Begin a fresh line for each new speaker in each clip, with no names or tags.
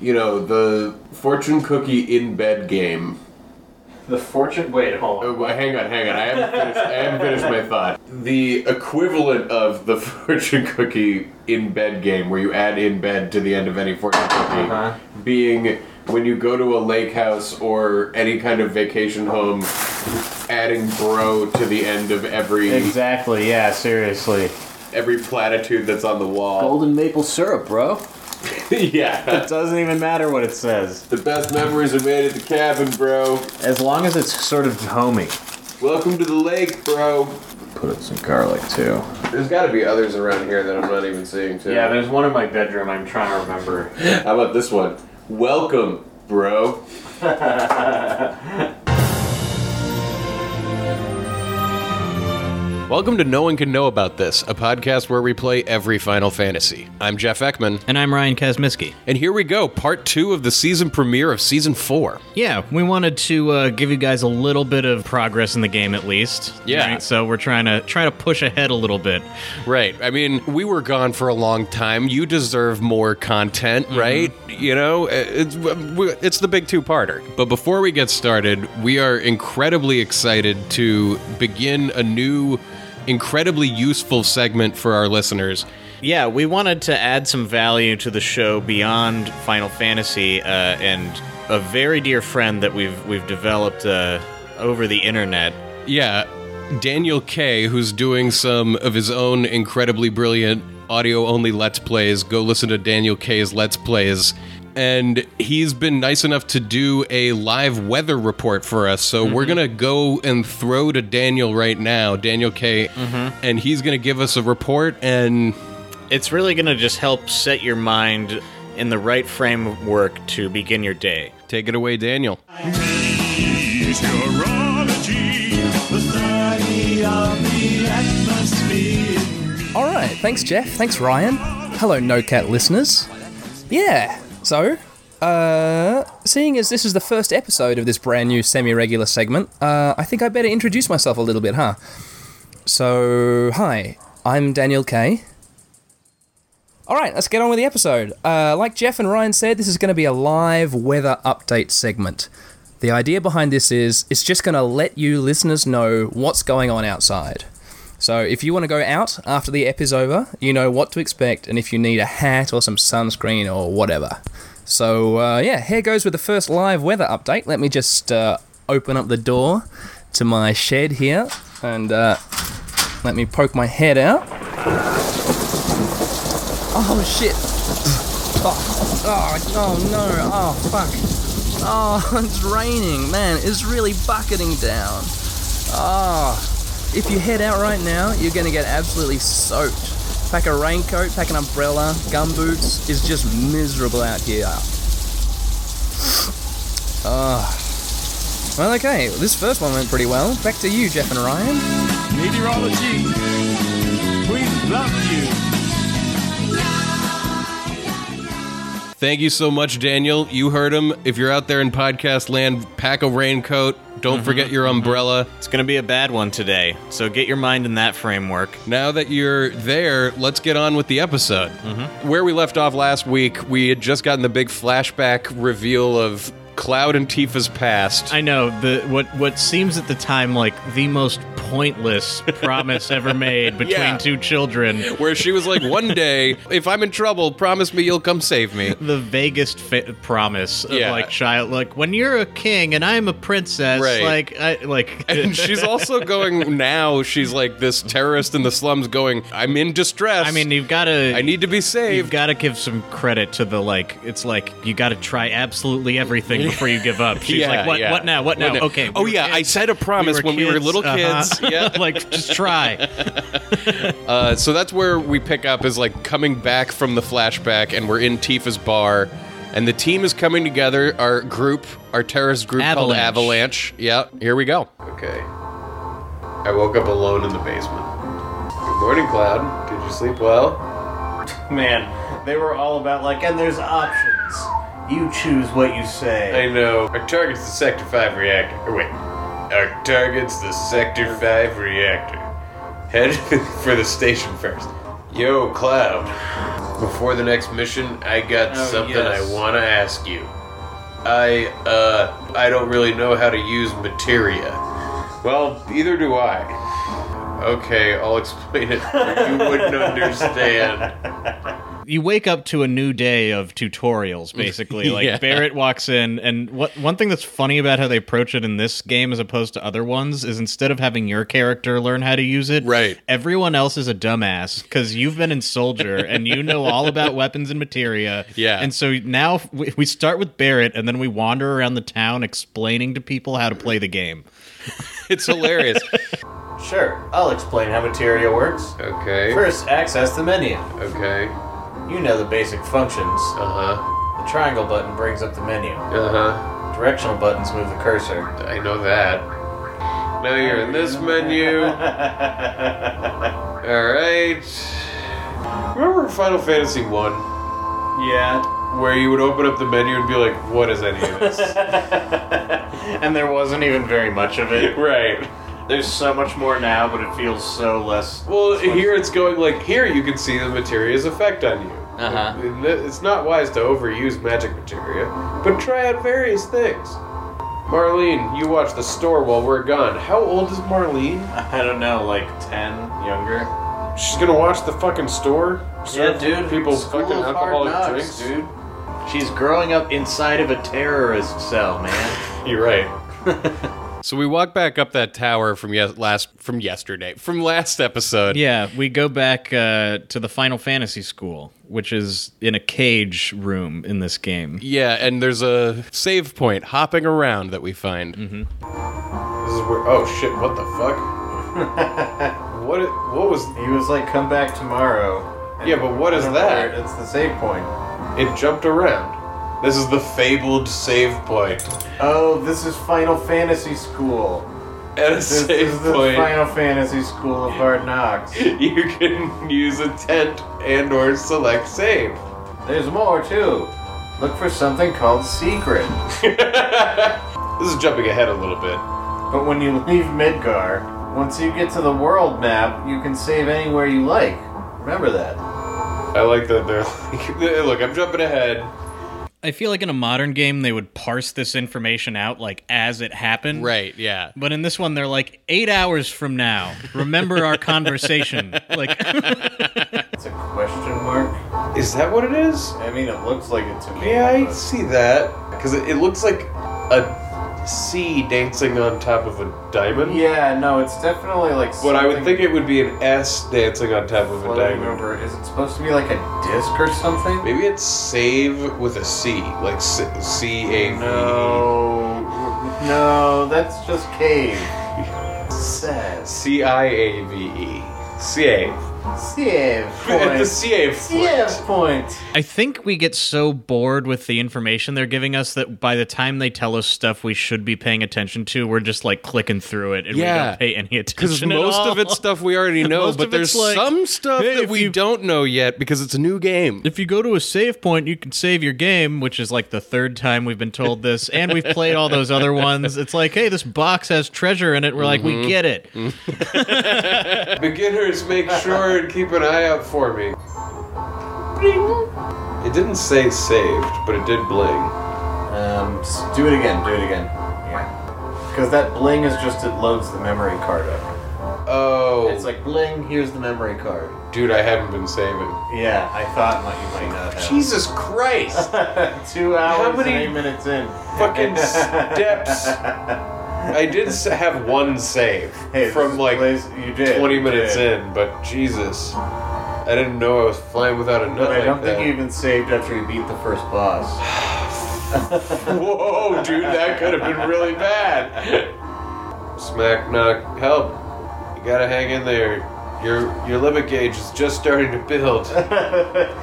you know, the fortune cookie in bed game.
The fortune. Wait, hold
Oh,
on.
well, hang on, hang on. I haven't finished, I haven't finished my thought. The equivalent of the fortune cookie in bed game, where you add in bed to the end of any fortune cookie,
Uh-huh.
being when you go to a lake house or any kind of vacation home, adding bro to the end of every
Exactly. Yeah. Seriously.
every platitude that's on the wall.
Golden maple syrup, bro.
yeah.
It doesn't even matter what it says,
The best memories are made at the cabin, bro.
as long as it's sort of homey.
Welcome to the lake, bro.
Put in some garlic too.
There's got to be others around here that I'm not even seeing too.
Yeah, there's one in my bedroom. I'm trying to remember.
How about this one? Welcome, bro. Welcome to No One Can Know About This, a podcast where we play every Final Fantasy. I'm Jeff Ekman,
And I'm Ryan Kazmiski.
and here we go, part two of the season premiere of season four.
Yeah, we wanted to uh, give you guys a little bit of progress in the game, at least.
Yeah.
So we're trying to try to push ahead a little bit.
Right. I mean, we were gone for a long time. You deserve more content, right? You know, uh, it's it's the big two-parter. But before we get started, we are incredibly excited to begin a new incredibly useful segment for our listeners.
Yeah, we wanted to add some value to the show beyond Final Fantasy, uh, and a very dear friend that we've we've developed uh, over the internet.
Yeah, Daniel K, who's doing some of his own incredibly brilliant audio only Let's Plays. Go listen to Daniel K's Let's Plays. And he's been nice enough to do a live weather report for us. So we're going to go and throw to Daniel right now, Daniel K, and he's going to give us a report. And
It's really going to just help set your mind in the right framework to begin your day.
take it away, Daniel.
All right, thanks, Jeff. Thanks, Ryan. Hello, No Cat listeners. Yeah, so, uh, seeing as this is the first episode of this brand new semi regular segment, uh, I think I better introduce myself a little bit, huh? So, hi, I'm Daniel Kay. All right, let's get on with the episode. Uh, like Jeff and Ryan said, this is going to be a live weather update segment. The idea behind this is it's just going to let you listeners know what's going on outside. So if you want to go out after the ep is over, you know what to expect, and if you need a hat or some sunscreen or whatever. So uh, yeah, here goes with the first live weather update. Let me just uh, open up the door to my shed here, and uh, let me poke my head out. Oh shit! Oh, oh, oh no! Oh fuck! Oh, it's raining, man. It's really bucketing down. Ah. If you head out right now, you're gonna get absolutely soaked. Pack a raincoat, pack an umbrella, gum boots. It's just miserable out here. Ah. well, okay. This first one went pretty well. Back to you, Jeff and Ryan.
Meteorology, we love you.
Thank you so much, Daniel. You heard him. If you're out there in podcast land, pack a raincoat. Don't forget your umbrella.
It's going to be a bad one today, so get your mind in that framework.
Now that you're there, let's get on with the episode.
Mm-hmm.
Where we left off last week, we had just gotten the big flashback reveal of Cloud and Tifa's past.
I know the what what seems at the time like the most pointless promise ever made between
Yeah.
two children.
where she was like, "One day, if I'm in trouble, promise me you'll come save me."
The vaguest fa- promise of
Yeah.
like child, like when you're a king and I'm a princess,
Right.
like I like
And she's also going now. She's like this terrorist in the slums, going, "I'm in distress.
I mean, you've got to.
I need to be
You've
saved."
got to give some credit to the like. It's like you got to try absolutely everything before you give up. She's
Yeah,
like, what?
yeah.
What now? What now? Okay. we
Oh
were
yeah, I
kids.
said a promise when we were
kids,
little
uh-huh.
kids. Yeah.
like just try.
Uh, so that's where we pick up is like coming back from the flashback, and we're in Tifa's bar, and the team is coming together. Our group, our terrorist group called
Avalanche.
Avalanche. Yeah, here we go. Okay. I woke up alone in the basement. Good morning, Cloud. Did you sleep well?
Man, they were all about like, and there's options. You choose what you say.
know. Our target's the Sector 5 reactor. Or wait. Our target's the Sector 5 reactor. Head for the station first. Yo, Cloud. Before the next mission, I got
Oh,
something
yes.
I want to ask you. I uh I don't really know how to use materia. Well, neither do I. Okay, I'll explain it. you wouldn't understand.
you wake up to a new day of tutorials basically like
Yeah.
barrett walks in and what one thing that's funny about how they approach it in this game as opposed to other ones is instead of having your character learn how to use it
Right.
everyone else is a dumbass because you've been in soldier and you know all about weapons and materia
Yeah.
and so now we, we start with barrett and then we wander around the town explaining to people how to play the game
It's hilarious.
Sure, I'll explain how materia works.
Okay.
First, access the menu.
Okay.
You know the basic functions.
Uh huh.
The triangle button brings up the menu.
Uh huh.
Directional buttons move the cursor.
I know that. Now you're in this menu. All right. Remember Final Fantasy One?
Yeah.
where you would open up the menu and be like, "What is any of this?"
And there wasn't even very much of it.
right.
There's so much more now, but it feels so less.
Well, here it's going like, here you can see the materia's effect on you.
Uh-huh.
And that- It's not wise to overuse magic materia, but try out various things. Marlene, you watch the store while we're gone. How old is Marlene?
I don't know, like 10, younger?
She's gonna watch the fucking store. Serve People fucking alcoholic drinks,
dude. She's growing up inside of a terrorist cell, man.
You're right.
so we walk back up that tower from yes, last from yesterday, from last episode.
yeah we go back uh, to the final fantasy school which is in a cage room in this game
Yeah, and there's a save point hopping around that we find.
This is where. Oh shit! What the fuck? what? What was?
he was like, come back tomorrow.
Yeah, but what is that?
It's the save point.
It jumped around. This is the fabled save point.
Oh, this is Final Fantasy School.
At a
This
save
is the
point,
Final Fantasy School of Hard Knocks.
you can use a tent and or select save.
There's more too. Look for something called secret.
This is jumping ahead a little bit.
But when you leave Midgar, once you get to the world map, you can save anywhere you like. Remember that.
I like that they're like, look, I'm jumping ahead.
I feel like in a modern game they would parse this information out like as it happened.
Right, yeah.
But in this one they're like 8 hours from now. Remember our conversation. Like
It's a question mark.
Is that what it is?
I mean, it looks like it to me.
Yeah, I
but-
see that. Because it, it looks like a C dancing on top of a diamond.
Yeah, no, it's definitely like.
But I would
something
think it would be an S dancing on top of a
floating
diamond.
over. Is it supposed to be like a disc or something?
Maybe it's save with a C, like C A V.
No, no, that's just cave. Says
C I A V E. Save.
save
At the
point.
save
Save
point.
point.
I think we get so bored with the information they're giving us that by the time they tell us stuff we should be paying attention to, we're just like clicking through it and we
Yeah.
don't pay any
Because
attention. at
most
all.
of it's stuff we already know,
Most
but
of it's
there's
like,
some stuff
hey,
that
if
we
you-
don't know yet because it's a new game.
if you go to a save point, you can save your game, which is like the third time we've been told this, and we've played all those other ones. It's like, hey, this box has treasure in it. We're like,
Mm-hmm.
we get it.
Beginners, make sure and keep an eye out for me. It didn't say saved, but it did bling.
Um, s- do it again. Do it again. Yeah. Because that bling is just it loads the memory card up.
Oh,
It's like bling. Here's the memory card.
dude, I haven't been saving.
Yeah, I thought might- you might not have.
Jesus Christ!
Two hours
many
and eight minutes in.
Fucking steps. I did s- have one save
Hey,
from
this
like
place- you did,
20
you
minutes
did.
in, but Jesus, I didn't know I was flying without a nut
But I
like
don't
that.
think you even saved after you beat the first boss.
Whoa, dude, that could have been really bad. Smack knock, help! You gotta hang in there. Your your limit gauge is just starting to build.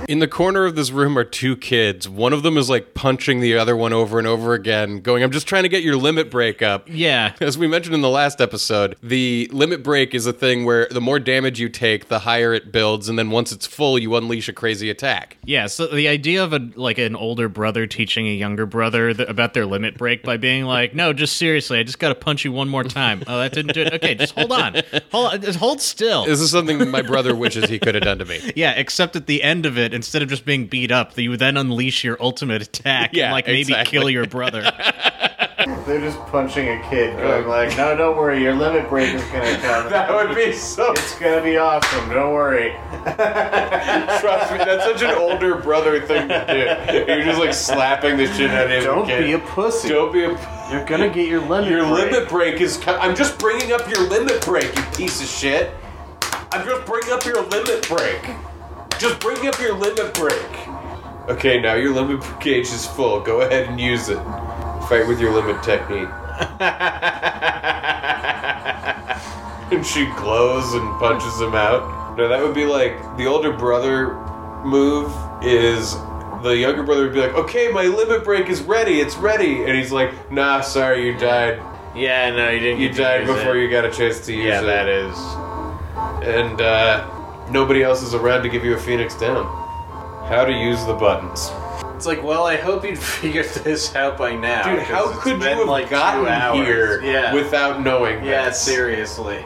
In the corner of this room are two kids. One of them is like punching the other one over and over again, going, I'm just trying to get your limit break up.
Yeah.
As we mentioned in the last episode, the limit break is a thing where the more damage you take, the higher it builds, and then once it's full, you unleash a crazy attack.
Yeah, so the idea of a like an older brother teaching a younger brother th- about their limit break by being like, "No, just seriously, I just got to punch you one more time." Oh, that didn't do it. Okay, just hold on, hold, on. just hold still.
This is something my brother wishes he could have done to me.
yeah, except at the end of it, instead of just being beat up, you then unleash your ultimate attack
Yeah,
and like maybe
exactly.
kill your brother.
They're just punching a kid, going like, "No, don't worry, your limit break is gonna come.
That would be so.
it's gonna be awesome. Don't worry."
Trust me, that's such an older brother thing to do. You're just like slapping the shit out of him.
Don't
kid.
be a pussy.
Don't be a.
You're gonna get your limit.
Your
break.
limit break is. co- I'm just bringing up your limit break, you piece of shit. I'm just bringing up your limit break. Just bring up your limit break. Okay, now your limit gauge is full. Go ahead and use it. Fight with your limit technique. and she glows and punches him out. No, that would be like the older brother move is the younger brother would be like, okay, my limit break is ready, it's ready. And he's like, nah, sorry, you died.
yeah, no, you didn't.
You died before you got a chance to use
Yeah,
it.
that is.
And uh, nobody else is around to give you a Phoenix down. How to use the buttons.
It's like, well, I hope you'd figured this out by now.
Dude,
'cause
how
it's
could you
been
have
like two hours.
gotten here
Yeah.
without knowing
yeah,
this?
seriously.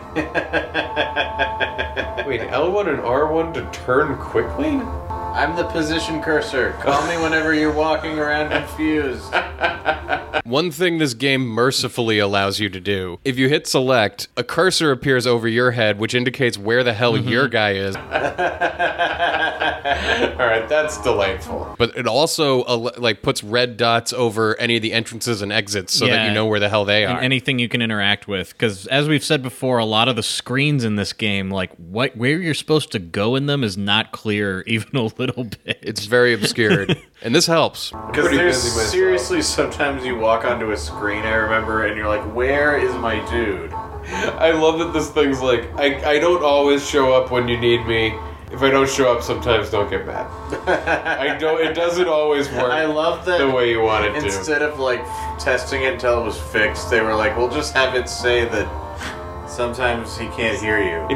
Wait, L1 and R1 to turn quickly?
I'm the position cursor. Call me whenever you're walking around confused.
One thing this game mercifully allows you to do if you hit select, a cursor appears over your head, which indicates where the hell
Mm-hmm.
your guy is.
Alright, that's delightful.
But it also al- like puts red dots over any of the entrances and exits, so that
Yeah.
you know where the hell they are.
And anything you can interact with, because as we've said before, a lot of the screens in this game, like what where you're supposed to go in them, is not clear even a little bit.
it's very obscured, and this helps.
Because
Pretty
there's
busy
uh,
myself.
seriously sometimes you walk onto a screen, I remember, and you're like, where is my dude?
I love that this thing's like, I, I don't always show up when you need me. If I don't show up, sometimes don't get mad. I don't. It doesn't always work
I love that
the way you want it to.
instead of like testing it until it was fixed, they were like, we'll just have it say that sometimes he can't hear you.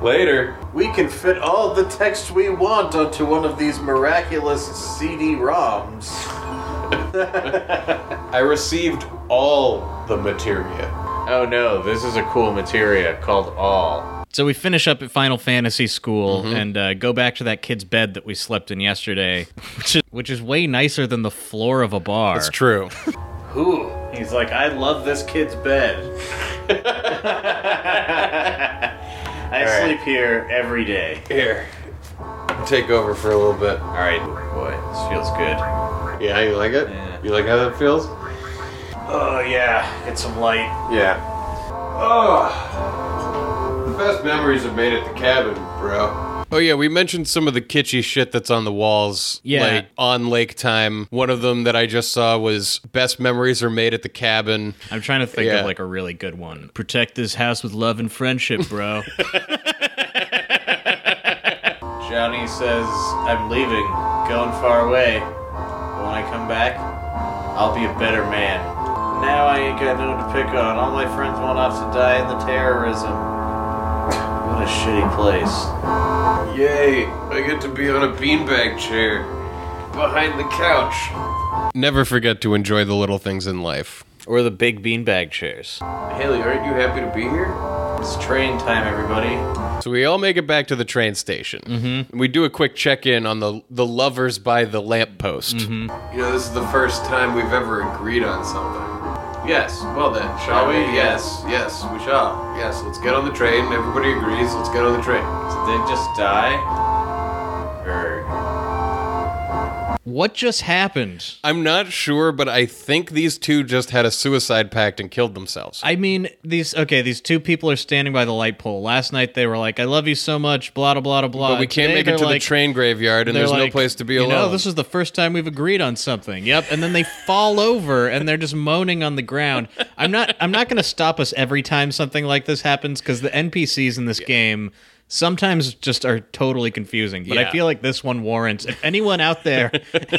Later.
we can fit all the text we want onto one of these miraculous CD ROMs.
I received all the materia.
Oh no, this is a cool materia called All. Mm-hmm.
So we finish up at Final Fantasy School and uh, go back to that kid's bed that we slept in yesterday, which is, which is way nicer than the floor of a bar.
It's true.
Ooh, he's like, I love this kid's bed. I sleep here every day.
Here. Take over for a little bit.
All right, boy, this feels good.
Yeah, you like it? You like how that feels?
Oh yeah, get some light.
Yeah. Oh, the best memories are made at the cabin, bro.
Oh yeah, we mentioned some of the kitschy shit that's on the walls.
Yeah.
Like on lake time. One of them that I just saw was best memories are made at the cabin.
I'm trying to think
Yeah.
of like a really good one. Protect this house with love and friendship, bro.
Johnny says I'm leaving, going far away. But when I come back, I'll be a better man. Now I ain't got no one to pick on. All my friends went off to die in the terrorism. What a shitty place.
Yay! I get to be on a beanbag chair behind the couch.
Never forget to enjoy the little things in life.
or the big beanbag chairs.
Haley, aren't you happy to be here?
It's train time, everybody.
So we all make it back to the train station. Mm-hmm. We do a quick check in on the the lovers by the lamppost.
Mm-hmm.
You know, this is the first time we've ever agreed on something. Yes, well then, shall we? Yes, yes, we shall. Yes, let's get on the train. Everybody agrees, let's get on the train.
Did they just die? Or
What just happened?
I'm not sure, but I think these two just had a suicide pact and killed themselves.
I mean, these okay, these two people are standing by the light pole. Last night they were like, "I love you so much," blah blah blah blah.
but we can't
Today
make it
they're
to
like-
the train graveyard and
they're
there's no
like,
place to be
you
alone.
Know, this is the first time we've agreed on something. Yep, and then they fall over and they're just moaning on the ground. I'm not. I'm not going to stop us every time something like this happens because the NPCs in this game sometimes just are totally confusing. But
Yeah.
I feel like this one warrants. If anyone out there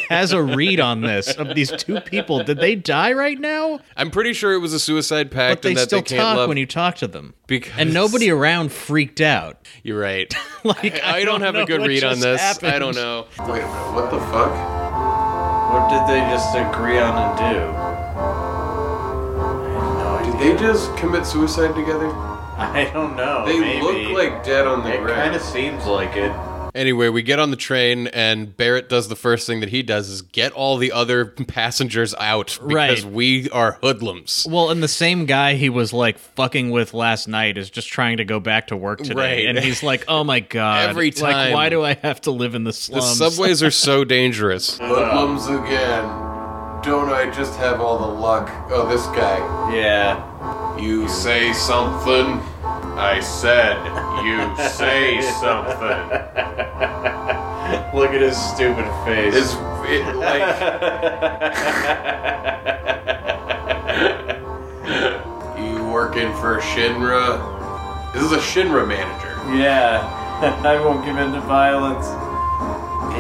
has a read on this of these two people, did they die right now?
I'm pretty sure it was a suicide
But
pact
they
and that
still
they can't
talk
love
when you talk to them.
because
and nobody around freaked out.
You're right.
Like
I don't have a
know
good
what
read on
just
this. I
happened.
don't know.
Wait a minute, what the fuck?
what did they just agree on and do? I have no idea.
Did they just commit suicide together?
I don't know.
They
maybe.
look like dead on the
It
ground.
kind of seems like it.
Anyway, we get on the train, and Barrett does the first thing that he does is get all the other passengers out because
Right.
we are hoodlums.
Well, and the same guy he was like fucking with last night is just trying to go back to work
Right.
today, and he's like, "Oh my god,
Every time.
like, why do I have to live in the
The
slums?"
subways are so dangerous.
Hoodlums again. Don't I just have all the luck? Oh, this guy.
Yeah.
You say something. I said you say something.
Look at his stupid face.
It's it, like you working for Shinra. This is a Shinra manager.
yeah. I won't give in to violence.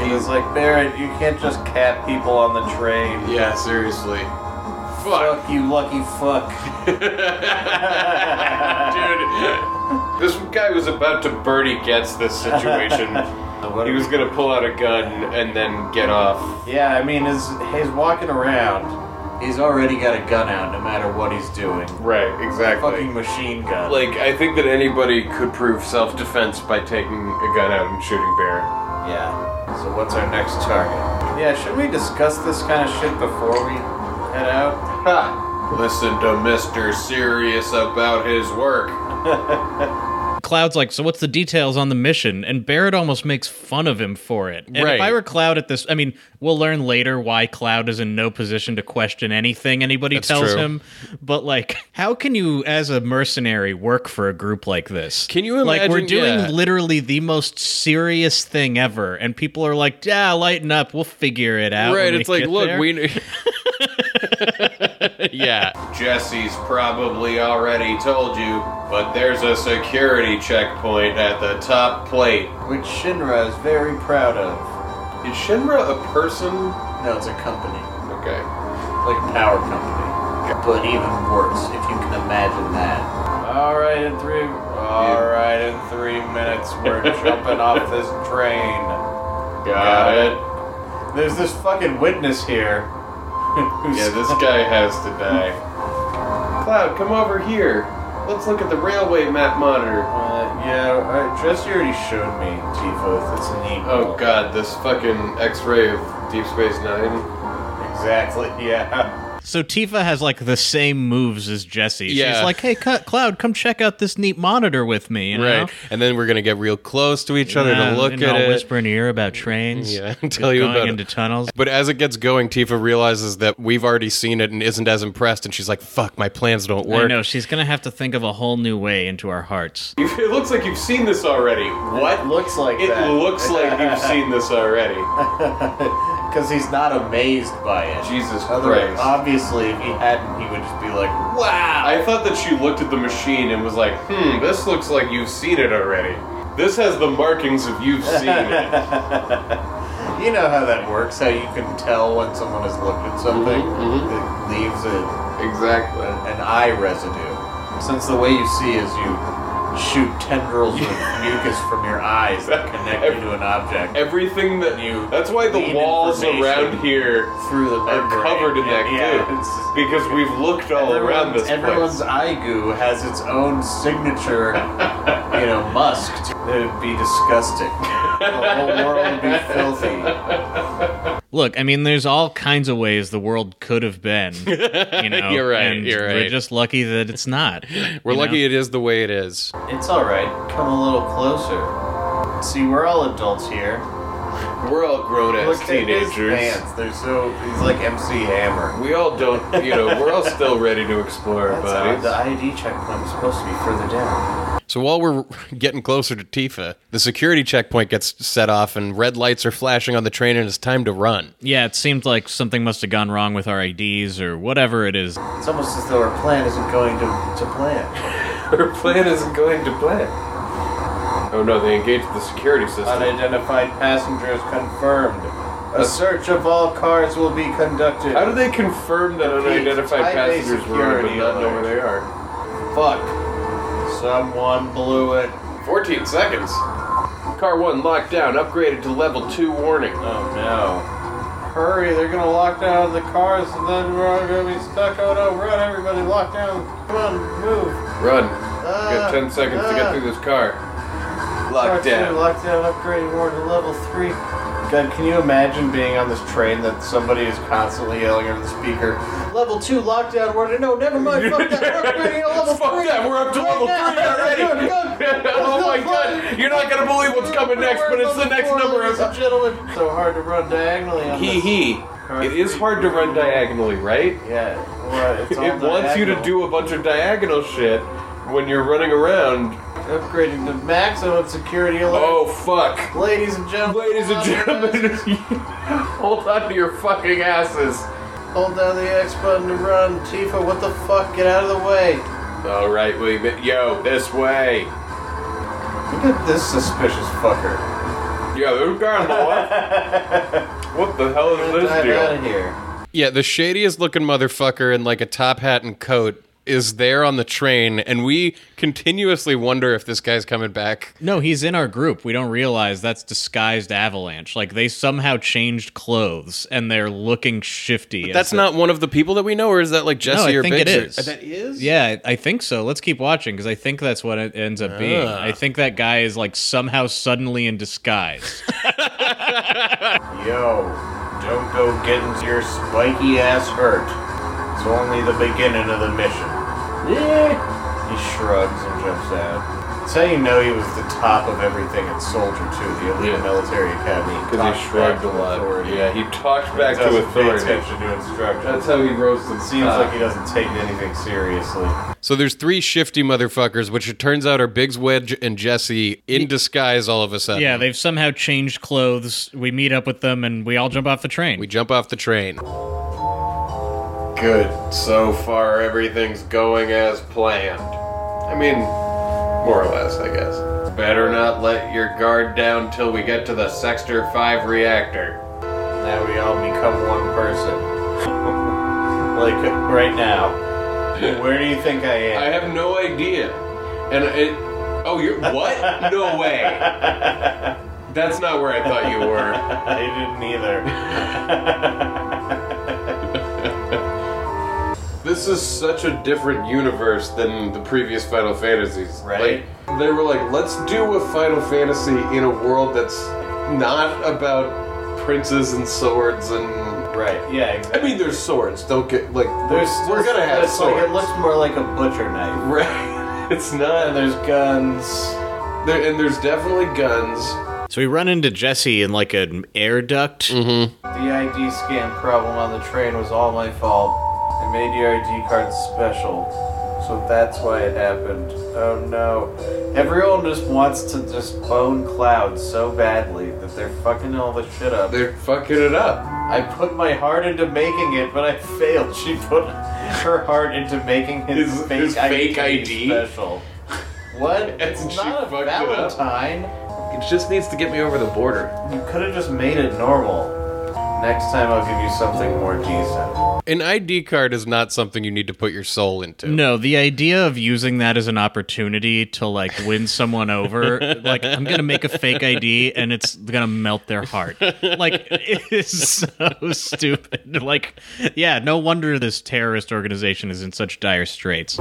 He was like, Barrett, you can't just cat people on the train.
Yeah, seriously. Fuck,
Fuck you, lucky fuck.
dude. This guy was about to Bernie gets this situation. he was gonna pull out a gun and then get off.
Yeah, I mean, he's, he's walking around. He's already got a gun out no matter what he's doing.
Right, exactly.
Fucking machine gun.
Like, I think that anybody could prove self defense by taking a gun out and shooting Barrett.
Yeah. So what's our next target? Yeah, should we discuss this kind of shit before we head out?
Ha! Listen to Mr. Serious about his work.
Cloud's like, "So what's the details on the mission?" And Barrett almost makes fun of him for it. And
Right.
if I were Cloud at this, I mean, we'll learn later why Cloud is in no position to question anything anybody
That's
tells
true.
him. But like, how can you, as a mercenary, work for a group like this?
Can you
Like, we're
imagine-
doing
yeah.
literally the most serious thing ever, and people are like, "Yeah, lighten up. We'll figure it out." when
Right,
we
it's like,
get
look,
there."
we. kn- yeah.
Jesse's probably already told you, but there's a security checkpoint at the top plate.
Which Shinra is very proud of.
Is Shinra a person?
No, it's a company.
Okay.
Like a power company. But even worse, if you can imagine that. Alright, in three Alright, in three minutes we're jumping off this train.
Got,
Got
it.
There's this fucking witness here. who's-
Yeah, this guy has to die. Cloud, come over here. Let's look at the railway map monitor.
Uh, yeah, I, Jesse already showed me Tifa. It's an email.
Oh god, this fucking x ray of Deep Space Nine.
Exactly, yeah.
So Tifa has like the same moves as Jesse.
Yeah.
She's like, "Hey, Cl- Cloud, come check out this neat monitor with me." You know?
Right. And then we're going to get real close to each other
Yeah,
to look
and
at
I'll
it.
whisper in your ear about trains.
Yeah, and tell you
going
about it.
into tunnels.
But as it gets going, Tifa realizes that we've already seen it and isn't as impressed. And she's like, fuck, my plans don't
I
work.
know she's gonna have to think of a whole new way into our hearts.
You've- It looks like you've seen this already. What?
It looks like
It
that.
looks like you've seen this already.
Because he's not amazed by it.
Jesus
Otherwise,
Christ.
obviously, if he hadn't, he would just be like, wow.
I thought that she looked at the machine and was like, hmm, this looks like you've seen it already. This has the markings of you've seen it.
You know how that works, how you can tell when someone has looked at something.
mhm.
It leaves a,
exactly.
an eye residue. Since the way you see is you shoot tendrils of mucus from your eyes that connect you to an object
Everything that
You
That's why the
need
walls
information.
around here
through the
are
membrane.
covered in that
yeah,
goo.
it's-
Because we've looked all around
Everyone's-
this
Everyone's
place.
eye goo has its own signature, you know, musk. It would be disgusting. The whole world would be filthy.
Look, I mean, there's all kinds of ways the world could have been. You know,
You're right,
and
you're
We're
right.
just lucky that it's not.
We're
you know?
lucky it is the way it is.
It's all right. Come a little closer. See, we're all adults here.
We're all grown as
Look at his
teenagers.
pants. They're so. He's like MC Hammer.
We all don't, you know, we're all still ready to explore our
That's
bodies.
odd. The ID checkpoint was supposed to be further down.
So while we're getting closer to Tifa, the security checkpoint gets set off and red lights are flashing on the train and it's time to run.
Yeah, it seemed like something must have gone wrong with our IDs or whatever it is.
It's almost as though our plan isn't going to, to plan.
Her plan isn't going to plan. Oh no, they engaged the security
Uh,
system.
Unidentified passengers confirmed. A search of all cars will be conducted.
How do they confirm that
Repeat,
unidentified
highway
passengers were but
security
not know where
alert.
they are?
Fuck. Someone blew it.
14 seconds. Car 1 locked down, upgraded to level 2 warning.
Oh no. Hurry, they're gonna lock down the cars and then we're all gonna be stuck. Oh no, run everybody, lock down. Come on, move. Ah.
Run. We
Uh,
got 10 seconds to get through this car.
Lockdown.
Lockdown.
Lockdown upgrade award to level three. God, can you imagine being on this train that somebody is constantly yelling over the speaker? Level two lockdown award. No, never mind. Fuck that. We're upgrading to level
Fuck
three.
that, we're up to level three already. oh my god, you're not gonna believe what's coming next, but it's the next number
of
of.
gentlemen. So hard to run diagonally on
He
this.
he. It is hard to run diagonally, right?
Yeah. well, it's all
It wants you to
diagonal.
do a bunch of diagonal shit when you're running around.
upgrading to maximum security alert.
Oh fuck.
Ladies and gentlemen.
Ladies and
hold on to your
gentlemen, hold on to your fucking asses.
ass- Hold down the X button to run. Tifa, what the fuck? Get out of the way.
All right, wait a minute. Yo, this way.
Look at this suspicious fucker.
Yo, there's guy on the left. What the hell is this
Dive out
deal?
of here.
Yeah, the shadiest looking motherfucker in like a top hat and coat is there on the train, and we continuously wonder if this guy's coming back.
No, he's in our group. We don't realize that's disguised Avalanche. Like they somehow changed clothes and they're looking shifty. as
That's
the-
not one of the people that we know, or is that like
No,
Jesse
I
or
think it
Biggs? or-
is.
is?
Yeah, I I think so. Let's keep watching because I think that's what it ends up being. I think that guy is like somehow suddenly in disguise.
Yo, don't go getting your spiky ass hurt. It's only the beginning of the mission. Yeah. He shrugs and jumps out. That's how you know he was the top of everything at Soldier 2, the elite
Yeah.
military academy.
Because he
Talks
shrugged
back
a
to
lot.
authority.
Yeah, he talked back to
Doesn't pay
authority. Uh,
attention to instructions.
That's how he rose to the
Seems like he doesn't take anything seriously.
Uh, So there's three shifty motherfuckers, which it turns out are Biggs, Wedge, and Jesse in disguise. All of a sudden,
yeah, they've somehow changed clothes. We meet up with them and we all jump off the train.
we jump off the train.
Good. So far, everything's going as planned. I mean, more or less, I guess. Better not let your guard down till we get to the Sexter 5 reactor.
Now we all become one person. like, right now. Where do you think I am?
I have no idea. And it. Oh, you're. What? No way. That's not where I thought you were.
I didn't either.
This is such a different universe than the previous Final Fantasies.
Right.
Like, they were like, let's do a Final Fantasy in a world that's not about princes and swords and.
right, yeah,
I
exactly.
mean, there's swords. Don't get like.
There's
we're gonna have
it's like-
swords.
it looks more like a butcher knife.
right. It's not.
And there's guns.
There, and there's definitely guns.
So we run into Jesse in like an air duct.
The ID scan problem on the train was all my fault. I made your ID card special. So that's why it happened. Oh no. Everyone just wants to just bone Cloud so badly that they're fucking all this shit up.
They're fucking it up.
I put my heart into making it, but I failed. She put her heart into making his,
His-
fake,
his fake ID?
special. What?
And
it's
she
not a
fucked it up.
Valentine.
It just needs to get me over the border.
You could have just made it normal. Next time I'll give you something more decent.
An ID card is not something you need to put your soul into.
No, the idea of using that as an opportunity to like win someone over, like I'm gonna make a fake ID and it's gonna melt their heart. Like it is so stupid. Like, yeah, no wonder this terrorist organization is in such dire straits.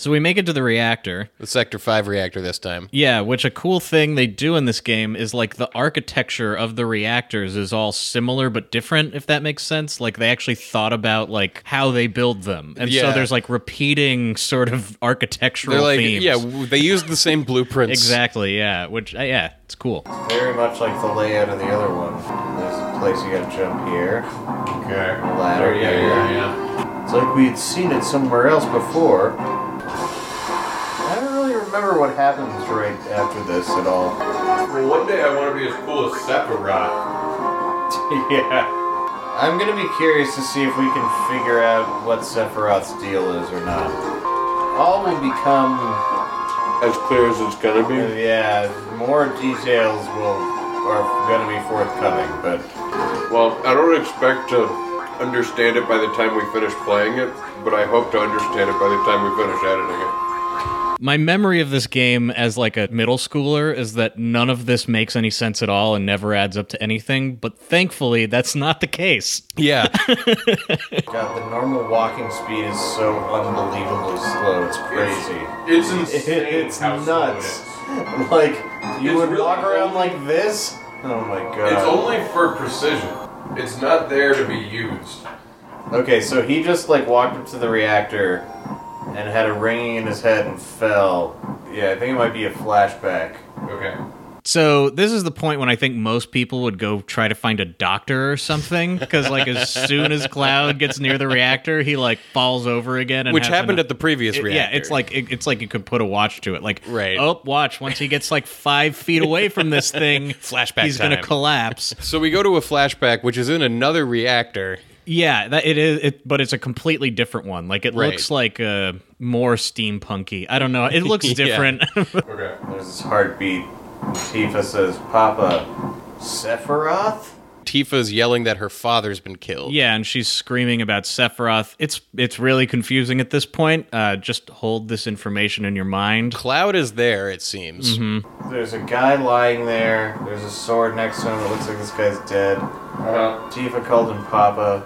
So we make it to the reactor.
The Sector Five reactor this time.
Yeah, which a cool thing they do in this game is like the architecture of the reactors is all similar but different, if that makes sense. Like they actually thought about like how they build them, and
Yeah.
so there's like repeating sort of architectural
They're like,
themes.
yeah, w- they used the same blueprints.
exactly. Yeah, which uh, yeah, it's cool.
Very much like the layout of the other one. There's a place you gotta jump here.
Okay.
Ladder,
Yeah, yeah, yeah.
It's like we had seen it somewhere else before. I don't really remember what happens right after this at all.
Well, one day I want to be as cool as Sephiroth.
yeah. I'm gonna be curious to see if we can figure out what Sephiroth's deal is or not. All will become,
As clear as it's gonna be.
Oh, yeah, more details will are gonna be forthcoming. But
Well, I don't expect to understand it by the time we finish playing it, but I hope to understand it by the time we finish editing it.
My memory of this game as like a middle schooler is that none of this makes any sense at all and never adds up to anything, but thankfully that's not the case.
Yeah.
God, the normal walking speed is so unbelievably slow. It's crazy.
It's insane.
It's
how slow it
nuts.
is.
Like you
It's
would
really
walk around
only-
like this. Oh my god.
Uh,
It's only for precision. It's not there to be used.
Okay, so he just like walked up to the reactor and had a ringing in his head and fell. Yeah, I think it might be a flashback.
Okay.
So this is the point when I think most people would go try to find a doctor or something because like as soon as Cloud gets near the reactor, he like falls over again. And
Which
has
happened
an-
at the previous
It-
reactor.
Yeah, it's like it, it's like you could put a watch to it. Like,
Right.
Oh, watch! Once he gets like five feet away from this thing,
Flashback
He's
time.
gonna collapse.
So we go to a flashback, which is in another reactor.
Yeah, that it is. It, but it's a completely different one. Like it
Right.
looks like uh, more steampunky. I don't know. It looks
Yeah.
different.
Okay.
There's this heartbeat. Tifa says, "Papa, Sephiroth."
Tifa's yelling that her father's been killed.
yeah, and she's screaming about Sephiroth. It's it's really confusing at this point. Uh, just hold this information in your mind.
Cloud is there, it seems.
There's a guy lying there. There's a sword next to him. It looks like this guy's dead.
Uh-huh.
Tifa called him Papa.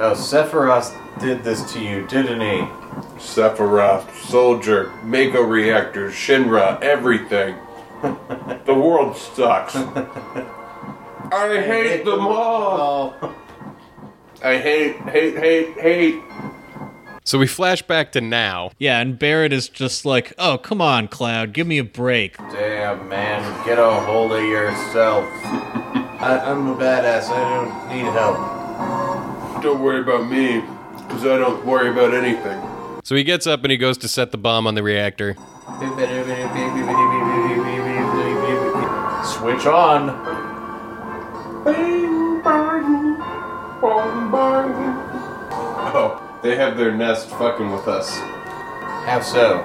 Oh, Sephiroth did this to you, didn't he?
Sephiroth, Soldier, Mako Reactor, Shinra, everything. the world sucks. I hate them all.
Oh.
I hate, hate, hate, hate.
So we flash back to now.
Yeah, and Barrett is just like, oh come on, Cloud, give me a break.
Damn, man. Get a hold of yourself. I, I'm a badass. I don't need help.
Don't worry about me, because I don't worry about anything.
So he gets up and he goes to set the bomb on the reactor.
Switch on.
Oh, they have their nest fucking with us.
How so?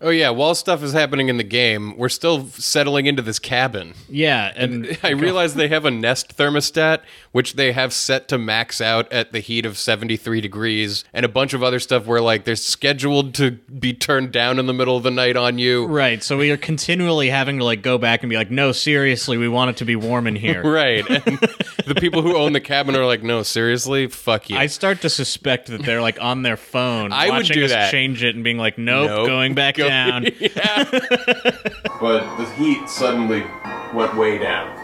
Oh yeah, while stuff is happening in the game, we're still settling into this cabin.
Yeah, and
I realize they have a Nest thermostat, which they have set to max out at the heat of 73 degrees, and a bunch of other stuff where, like, they're scheduled to be turned down in the middle of the night on you.
Right. So we are continually having to like go back and be like, no, seriously, we want it to be warm in here.
Right. And the people who own the cabin are like, no, seriously? Fuck you.
I start to suspect that they're like on their phone,
I would
watching
do
us
that.
change it and being like, nope,
Nope.
going back
Go-
down.
yeah.
But the heat suddenly went way down.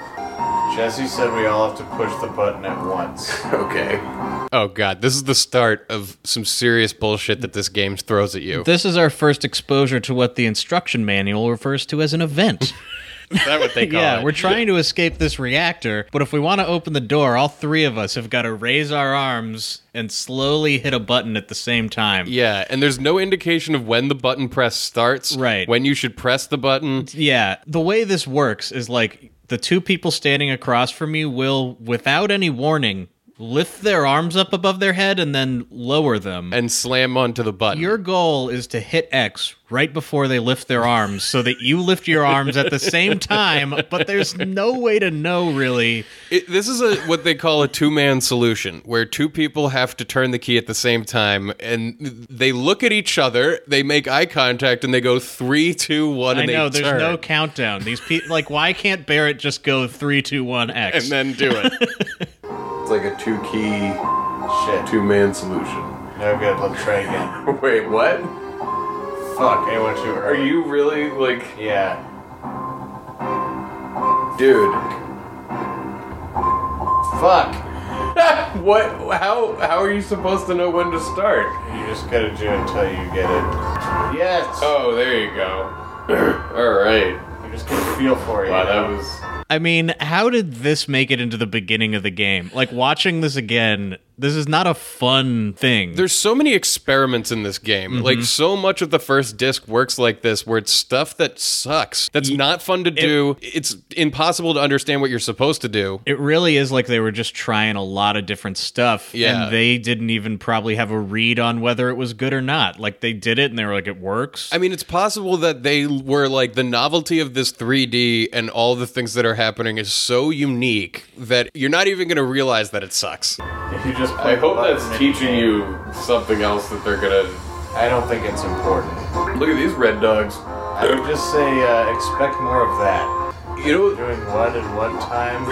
Jesse said we all have to push the button at once.
Okay.
Oh, God. This is the start of some serious bullshit that this game throws at you.
This is our first exposure to what the instruction manual refers to as an event.
Is that what they call
yeah,
it?
we're trying to escape this reactor, but if we want to open the door, all three of us have got to raise our arms and slowly hit a button at the same time.
yeah, and there's no indication of when the button press starts.
Right.
When you should press the button.
Yeah, the way this works is like the two people standing across from you will, without any warning, lift their arms up above their head and then lower them.
and slam onto the button.
your goal is to hit X right before they lift their arms so that you lift your arms at the same time, but there's no way to know really.
It- this is a what they call a two-man solution, where two people have to turn the key at the same time, and they look at each other, they make eye contact, and they go three, two, one,
I
and
know
they
there's
turn,
no countdown. These people like why can't Barrett just go 3 2 1 X?
and then do it.
It's like a two key,
Shit.
two man solution.
No good. Let's try again.
Wait, what?
Fuck. I went too
Are
early.
you really like,
Yeah.
dude?
Fuck.
What? How? How are you supposed to know when to start?
You just gotta do it until you get it. Yes.
Oh, there you go. All right.
You just get a feel for it.
Wow,
you know?
that was.
I mean, how did this make it into the beginning of the game? Like watching this again, this is not a fun thing.
There's so many experiments in this game. Like so much of the first disc works like this, where it's stuff that sucks, that's not fun to do. It's impossible to understand what you're supposed to do.
it really is like they were just trying a lot of different stuff
Yeah.
and they didn't even probably have a read on whether it was good or not. Like they did it and they were like it works.
I mean, it's possible that they were like the novelty of this 3D and all the things that are happening is so unique that you're not even going to realize that it sucks.
You just.
I
click the
hope
button
that's
and-
teaching you something else that they're gonna.
I don't think it's important.
Look at these red dogs.
I would just say uh, expect more of that.
You know what?
Doing what and what time?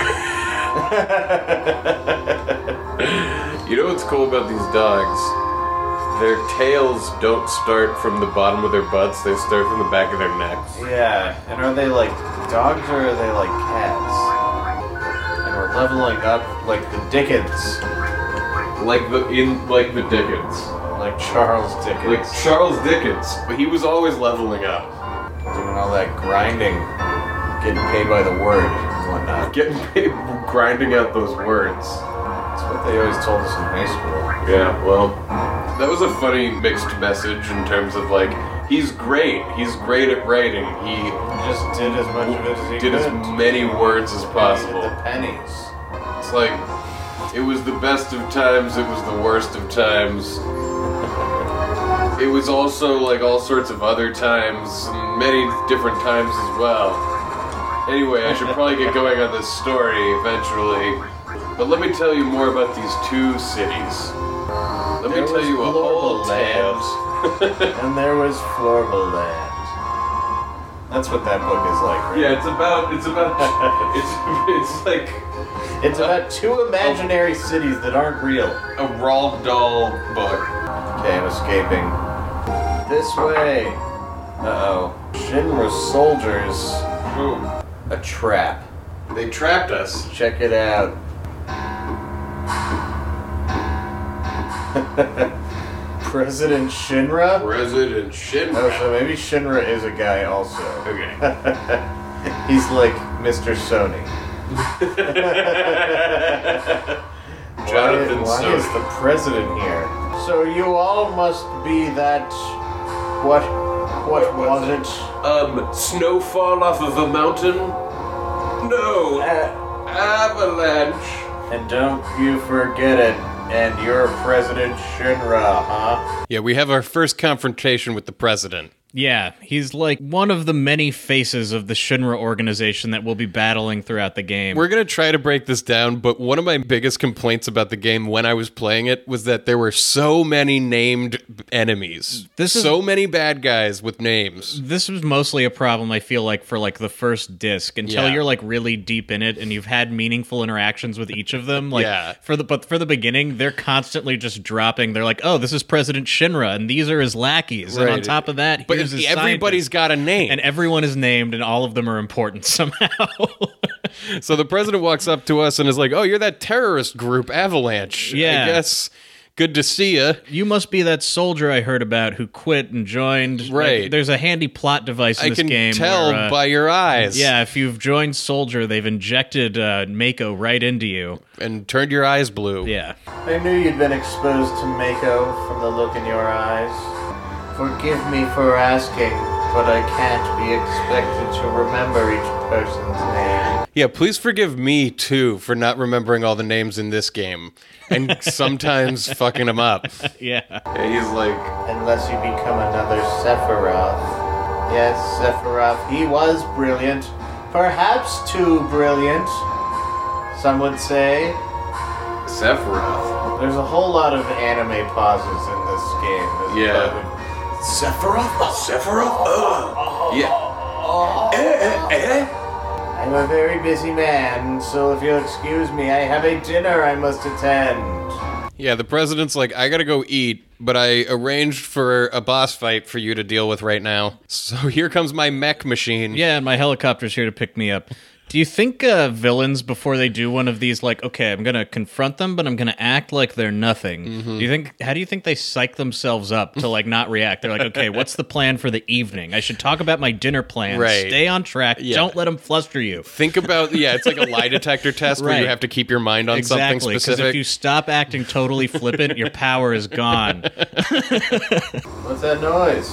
You know what's cool about these dogs? Their tails don't start from the bottom of their butts, they start from the back of their necks.
yeah. And are they like dogs or are they like cats? And we're leveling up like the Dickens,
Like the in like the Dickens.
like Charles Dickens,
Like Charles Dickens. But he was always leveling up.
doing all that grinding, getting paid by the word and whatnot.
Getting paid grinding out those words.
That's what they always told us in high school.
Yeah, well. That was a funny mixed message in terms of like, he's great, he's great at writing, he
He just did as much of it as he
did
could.
as many words as
He did
possible.
the pennies.
It's like it was the best of times, it was the worst of times. It was also like all sorts of other times, and many different times as well. Anyway, I should probably get going on this story eventually. But let me tell you more about these two cities. Let
There
me tell
was
you a whole
Glorble
tale.
And there was Florba Land. That's what that book is like, right?
Yeah, it's about it's about it's it's like
It's about two imaginary cities that aren't real.
a Roald Dahl book.
Okay, I'm escaping. This way. Uh oh. Shinra's soldiers.
Boom.
A trap.
They trapped us.
Check it out. President Shinra?
President Shinra.
Oh, so maybe Shinra is a guy also.
Okay.
He's like Mr. Sony.
Jonathan
why, why is
Sony.
the president here? So you all must be that. What? What was it?
Um, snowfall off of a mountain? No,
Uh,
avalanche.
and don't you forget it. And you're President Shinra, huh?
Yeah, we have our first confrontation with the president.
Yeah, he's like one of the many faces of the Shinra organization that we'll be battling throughout the game.
We're going to try to break this down, but one of my biggest complaints about the game when I was playing it was that there were so many named enemies.
This is-
so many bad guys with names.
this was mostly a problem I feel like for like the first disc until
Yeah.
you're like really deep in it and you've had meaningful interactions with each of them. Like
Yeah.
for the but for the beginning, they're constantly just dropping. They're like, oh, this is President Shinra, and these are his lackeys, and on
Right.
top of that,
But
here's his
everybody's
scientist.
got a name.
and everyone is named, and all of them are important somehow.
So the president walks up to us and is like, "Oh, you're that terrorist group Avalanche. I
Yeah.
guess good to see you."
you must be that soldier I heard about who quit and joined. Like,
Right.
there's a handy plot device in
I
this
can
game.
tell
where, uh,
by your eyes.
yeah, if you've joined Soldier, they've injected uh, Mako right into you.
and turned your eyes blue.
Yeah.
I knew you'd been exposed to Mako from the look in your eyes. Forgive me for asking, but I can't be expected to remember each person's name.
Yeah, please forgive me too for not remembering all the names in this game and sometimes fucking them up.
Yeah.
And he's like,
unless you become another Sephiroth. Yes, Sephiroth, he was brilliant. Perhaps too brilliant, some would say.
Sephiroth.
There's a whole lot of anime pauses in this game. This
Yeah.
button.
Sephiroth? Sephiroth?
Uh.
Ugh. Yeah. Eh, eh, eh.
Uh-huh. I'm a very busy man, so if you'll excuse me, I have a dinner I must attend.
Yeah, the president's like, "I got to go eat, but I arranged for a boss fight for you to deal with right now. So here comes my mech machine."
Yeah, and my helicopter's here to pick me up. Do you think uh, villains, before they do one of these, like, okay, I'm gonna confront them, but I'm gonna act like they're nothing?
Mm-hmm.
Do you think? How do you think they psych themselves up to like not react? They're like, okay, what's the plan for the evening? I should talk about my dinner plan.
Right.
Stay on track.
Yeah.
Don't let them fluster you.
Think about yeah, it's like a lie detector test where you
Right.
have to keep your mind on
Exactly,
something
because
specific.
if you stop acting totally flippant, your power is gone.
What's that noise?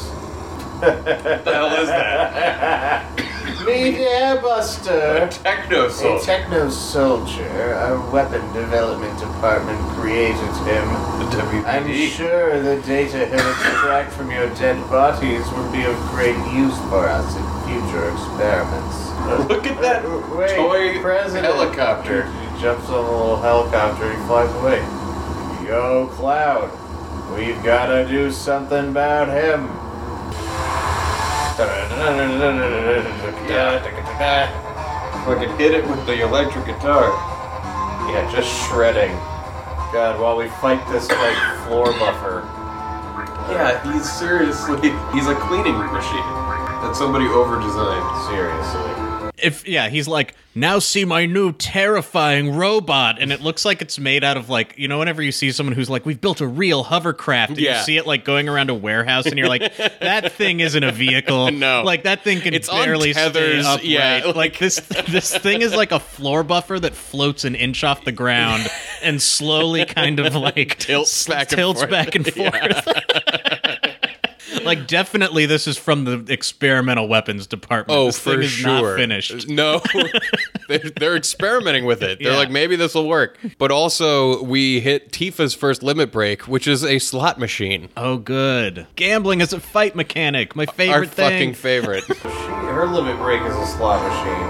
What the hell is that?
Meet Airbuster!
Techno
A
soul.
techno soldier, our weapon development department created him.
The
I'm
WPD.
sure the data he'll extract from your dead bodies will be of great use for us in future experiments.
Look at that
Uh, wait,
toy
President.
helicopter.
He jumps on a little helicopter and flies away. Yo, Cloud, we've gotta do something about him.
Uh,
Yeah.
Fucking hit it with the electric guitar.
Yeah, just shredding. God, while we fight this like floor buffer.
Yeah, he's seriously. He's a cleaning machine that somebody over designed.
Seriously.
If yeah, he's like, now see my new terrifying robot, and it looks like it's made out of like you know whenever you see someone who's like, we've built a real hovercraft, and
Yeah.
you see it like going around a warehouse, and you're like, that thing isn't a vehicle,
No.
like that thing can
It's on
barely
tethers,
stay upright.
yeah,
like,
like-
this this thing is like a floor buffer that floats an inch off the ground and slowly kind of like
Tilts back and
tilts
forth.
back and forth. Like definitely, this is from the experimental weapons department.
Oh,
this
for
thing is
sure. Uh,
Not finished.
No, they're, they're experimenting with it. They're
Yeah.
like, maybe this will work. But also, we hit Tifa's first limit break, which is a slot machine.
Oh, good. Gambling is a fight mechanic. My favorite
Our fucking
thing.
favorite.
Her limit break is a slot machine.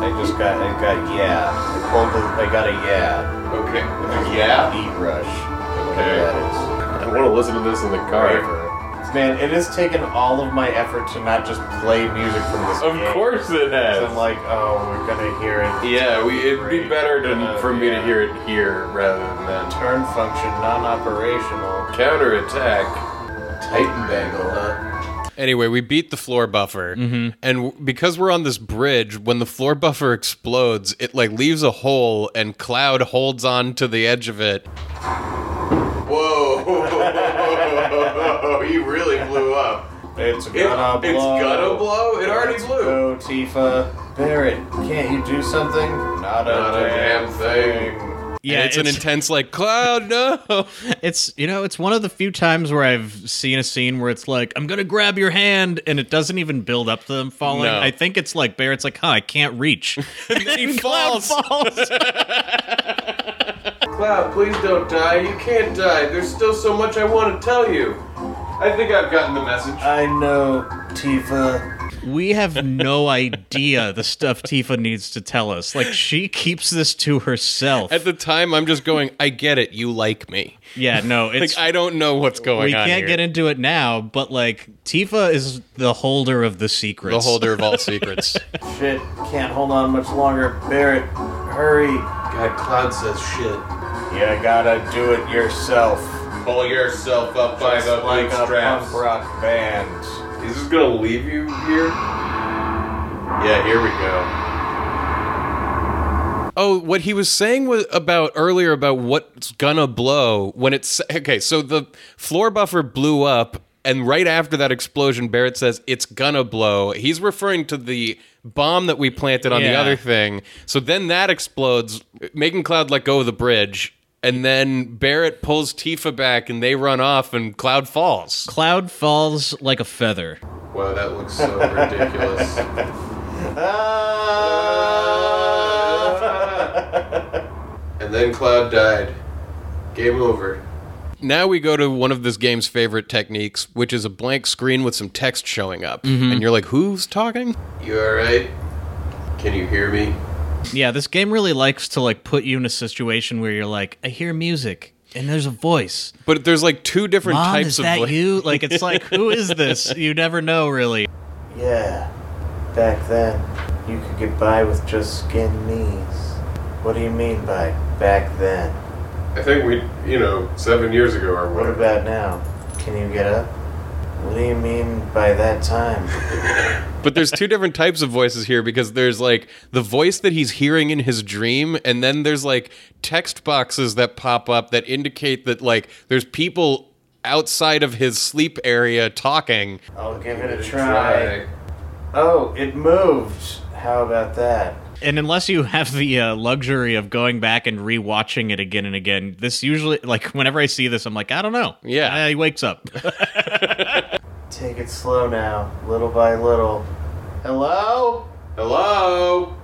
They just got, they got yeah. They pulled the, they got a yeah.
Okay.
Yeah. Beat rush. Whatever
I
that is.
want to listen to this in the
Braver. Man, it has taken all of my effort to not just play music from this.
Of
game.
course it has.
I'm like, oh, we're gonna hear it.
yeah, we, it'd be better to, for me to hear it here rather than that.
Turn function non-operational.
Counterattack.
Titan bangle.
anyway, we beat the floor buffer,
Mm-hmm.
and w- because we're on this bridge, when the floor buffer explodes, it like leaves a hole, and Cloud holds on to the edge of it.
Whoa! you really blew up.
It's
It,
gonna blow.
it's gonna blow. It already
Let's
blew.
Go, Tifa. Barrett, can't you do something? Not a,
Not a damn thing.
Yeah,
yeah,
it's, an intense like Cloud. No,
it's you know it's one of the few times where I've seen a scene where it's like I'm gonna grab your hand and it doesn't even build up to them falling.
No.
I think it's like Barrett's like, huh, I can't reach. and
He
then Cloud falls.
Cloud, please don't die. You can't die. There's still so much I want to tell you. I think I've gotten the message.
I know, Tifa.
we have no idea the stuff Tifa needs to tell us. Like she keeps this to herself.
at the time I'm just going. I get it. You like me.
yeah, no,
Like
it's
I don't know what's going
we
on.
can't
here.
get into it now, but like Tifa is the holder of the secrets.
the holder of all secrets.
Shit, can't hold on much longer. Barrett, hurry.
God, Cloud says shit.
You gotta do it yourself.
Pull yourself up by
Just
the
like a
bootstraps.
punk rock band.
Is this gonna leave you here? Yeah, here we go.
Oh, what he was saying was about earlier about what's gonna blow when it's okay. So the floor buffer blew up, and right after that explosion, Barrett says it's gonna blow. He's referring to the bomb that we planted on the
Yeah.
other thing. So then that explodes, making Cloud let go of the bridge, and then Barrett pulls Tifa back, and they run off, and Cloud falls.
Cloud falls like a feather.
Wow, that looks so ridiculous.
Ah!
and then Cloud died. Game over.
now we go to one of this game's favorite techniques, which is a blank screen with some text showing up,
Mm-hmm.
and you're like, "Who's talking?"
You alright? Can you hear me?
Yeah, this game really likes to like put you in a situation where you're like, I hear music and there's a voice.
But there's like two different
Mom,
types
is
of
that
like-
you? Like it's like, who is this? You never know really.
Yeah, back then, you could get by with just skin knees. What do you mean by back then?
I think we, you know, seven years ago or
What
whatever.
about now? Can you get up? What do you mean by that time?
But there's two different types of voices here because there's like the voice that he's hearing in his dream, and then there's like text boxes that pop up that indicate that like there's people outside of his sleep area talking.
I'll give it a try. Oh, it moved. How about that?
And unless you have the uh, luxury of going back and rewatching it again and again, this usually like whenever I see this, I'm like, I don't know.
Yeah.
Uh, he wakes up.
Take it slow now, little by little. Hello?
Hello?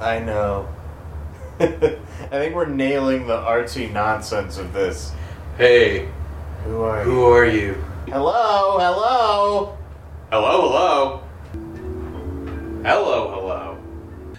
I know. I think we're nailing the artsy nonsense of this.
Hey,
Who are you?
who are you?
Hello, hello.
Hello, hello. Hello, hello.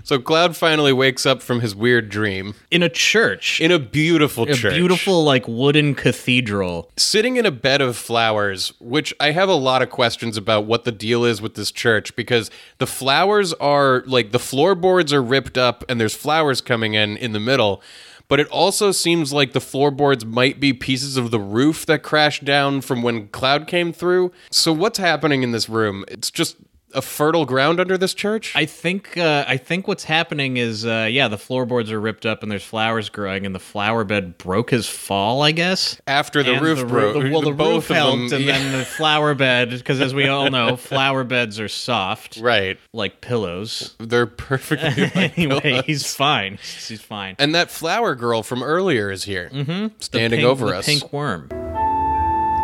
So Cloud finally wakes up from his weird dream
in a church.
in a beautiful
a
church.
beautiful like wooden cathedral.
sitting in a bed of flowers, which I have a lot of questions about what the deal is with this church because the flowers are like the floorboards are ripped up and there's flowers coming in in the middle. But it also seems like the floorboards might be pieces of the roof that crashed down from when Cloud came through. So, what's happening in this room? It's just a fertile ground under this church?
I think uh, I think what's happening is uh, yeah, the floorboards are ripped up and there's flowers growing and the flower bed broke his fall, I guess.
After the
And
roof broke.
the- well, the
both
roof
of them-
helped, and
yeah.
then the flower bed, because as we all know, flower beds are soft,
Right.
like pillows.
They're perfectly.
anyway, he's fine. He's fine.
and that flower girl from earlier is here, mm-hmm.
The
standing
pink-
over
the
us.
Pink worm.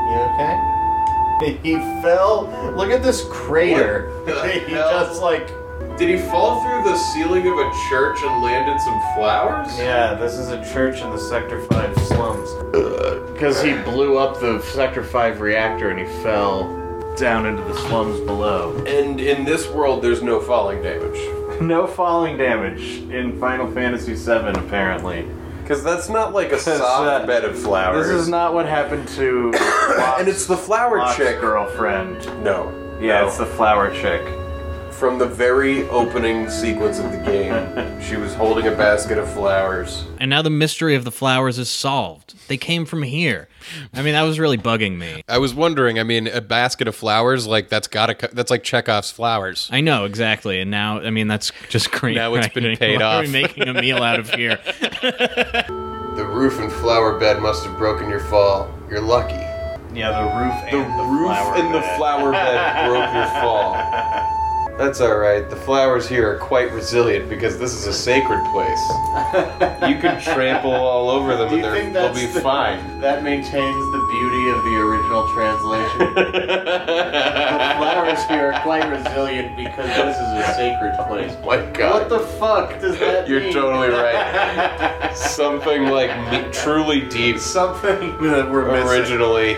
You okay? He fell. Look at this crater.
What the
he
hell?
just like.
Did he fall through the ceiling of a church and land in some flowers?
Yeah, this is a church in the Sector 5 slums. Because he blew up the Sector 5 reactor and he fell down into the slums below.
And in this world, there's no falling damage.
No falling damage in Final Fantasy VII, apparently.
Because that's not like a soft
uh,
bed of flowers.
This is not what happened to.
And it's the flower
Locke's
chick.
girlfriend.
No.
Yeah,
No.
it's the flower chick.
From the very opening sequence of the game, she was holding a basket of flowers.
And now the mystery of the flowers is solved. They came from here. I mean, that was really bugging me.
I was wondering. I mean, a basket of flowers like that's got to that's like Chekhov's flowers.
I know exactly, and now I mean that's just great.
Now it's been
right?
paid
Why Are
off.
we making a meal out of here?
The roof and flower bed must have broken your fall. You're lucky.
Yeah, the roof and
The roof
flower
and the
bed.
flower bed broke your fall. That's all right. The flowers here are quite resilient because this is a sacred place. you can trample all over them
Do
and
you
they're-
think
they'll
that's
be
the-
fine.
That maintains the beauty of the original translation. the flowers here are quite resilient because this is a sacred place.
My
What
God,
the fuck does that
you're
mean?
totally right. Something like me- truly deep.
Something that we're missing.
Originally,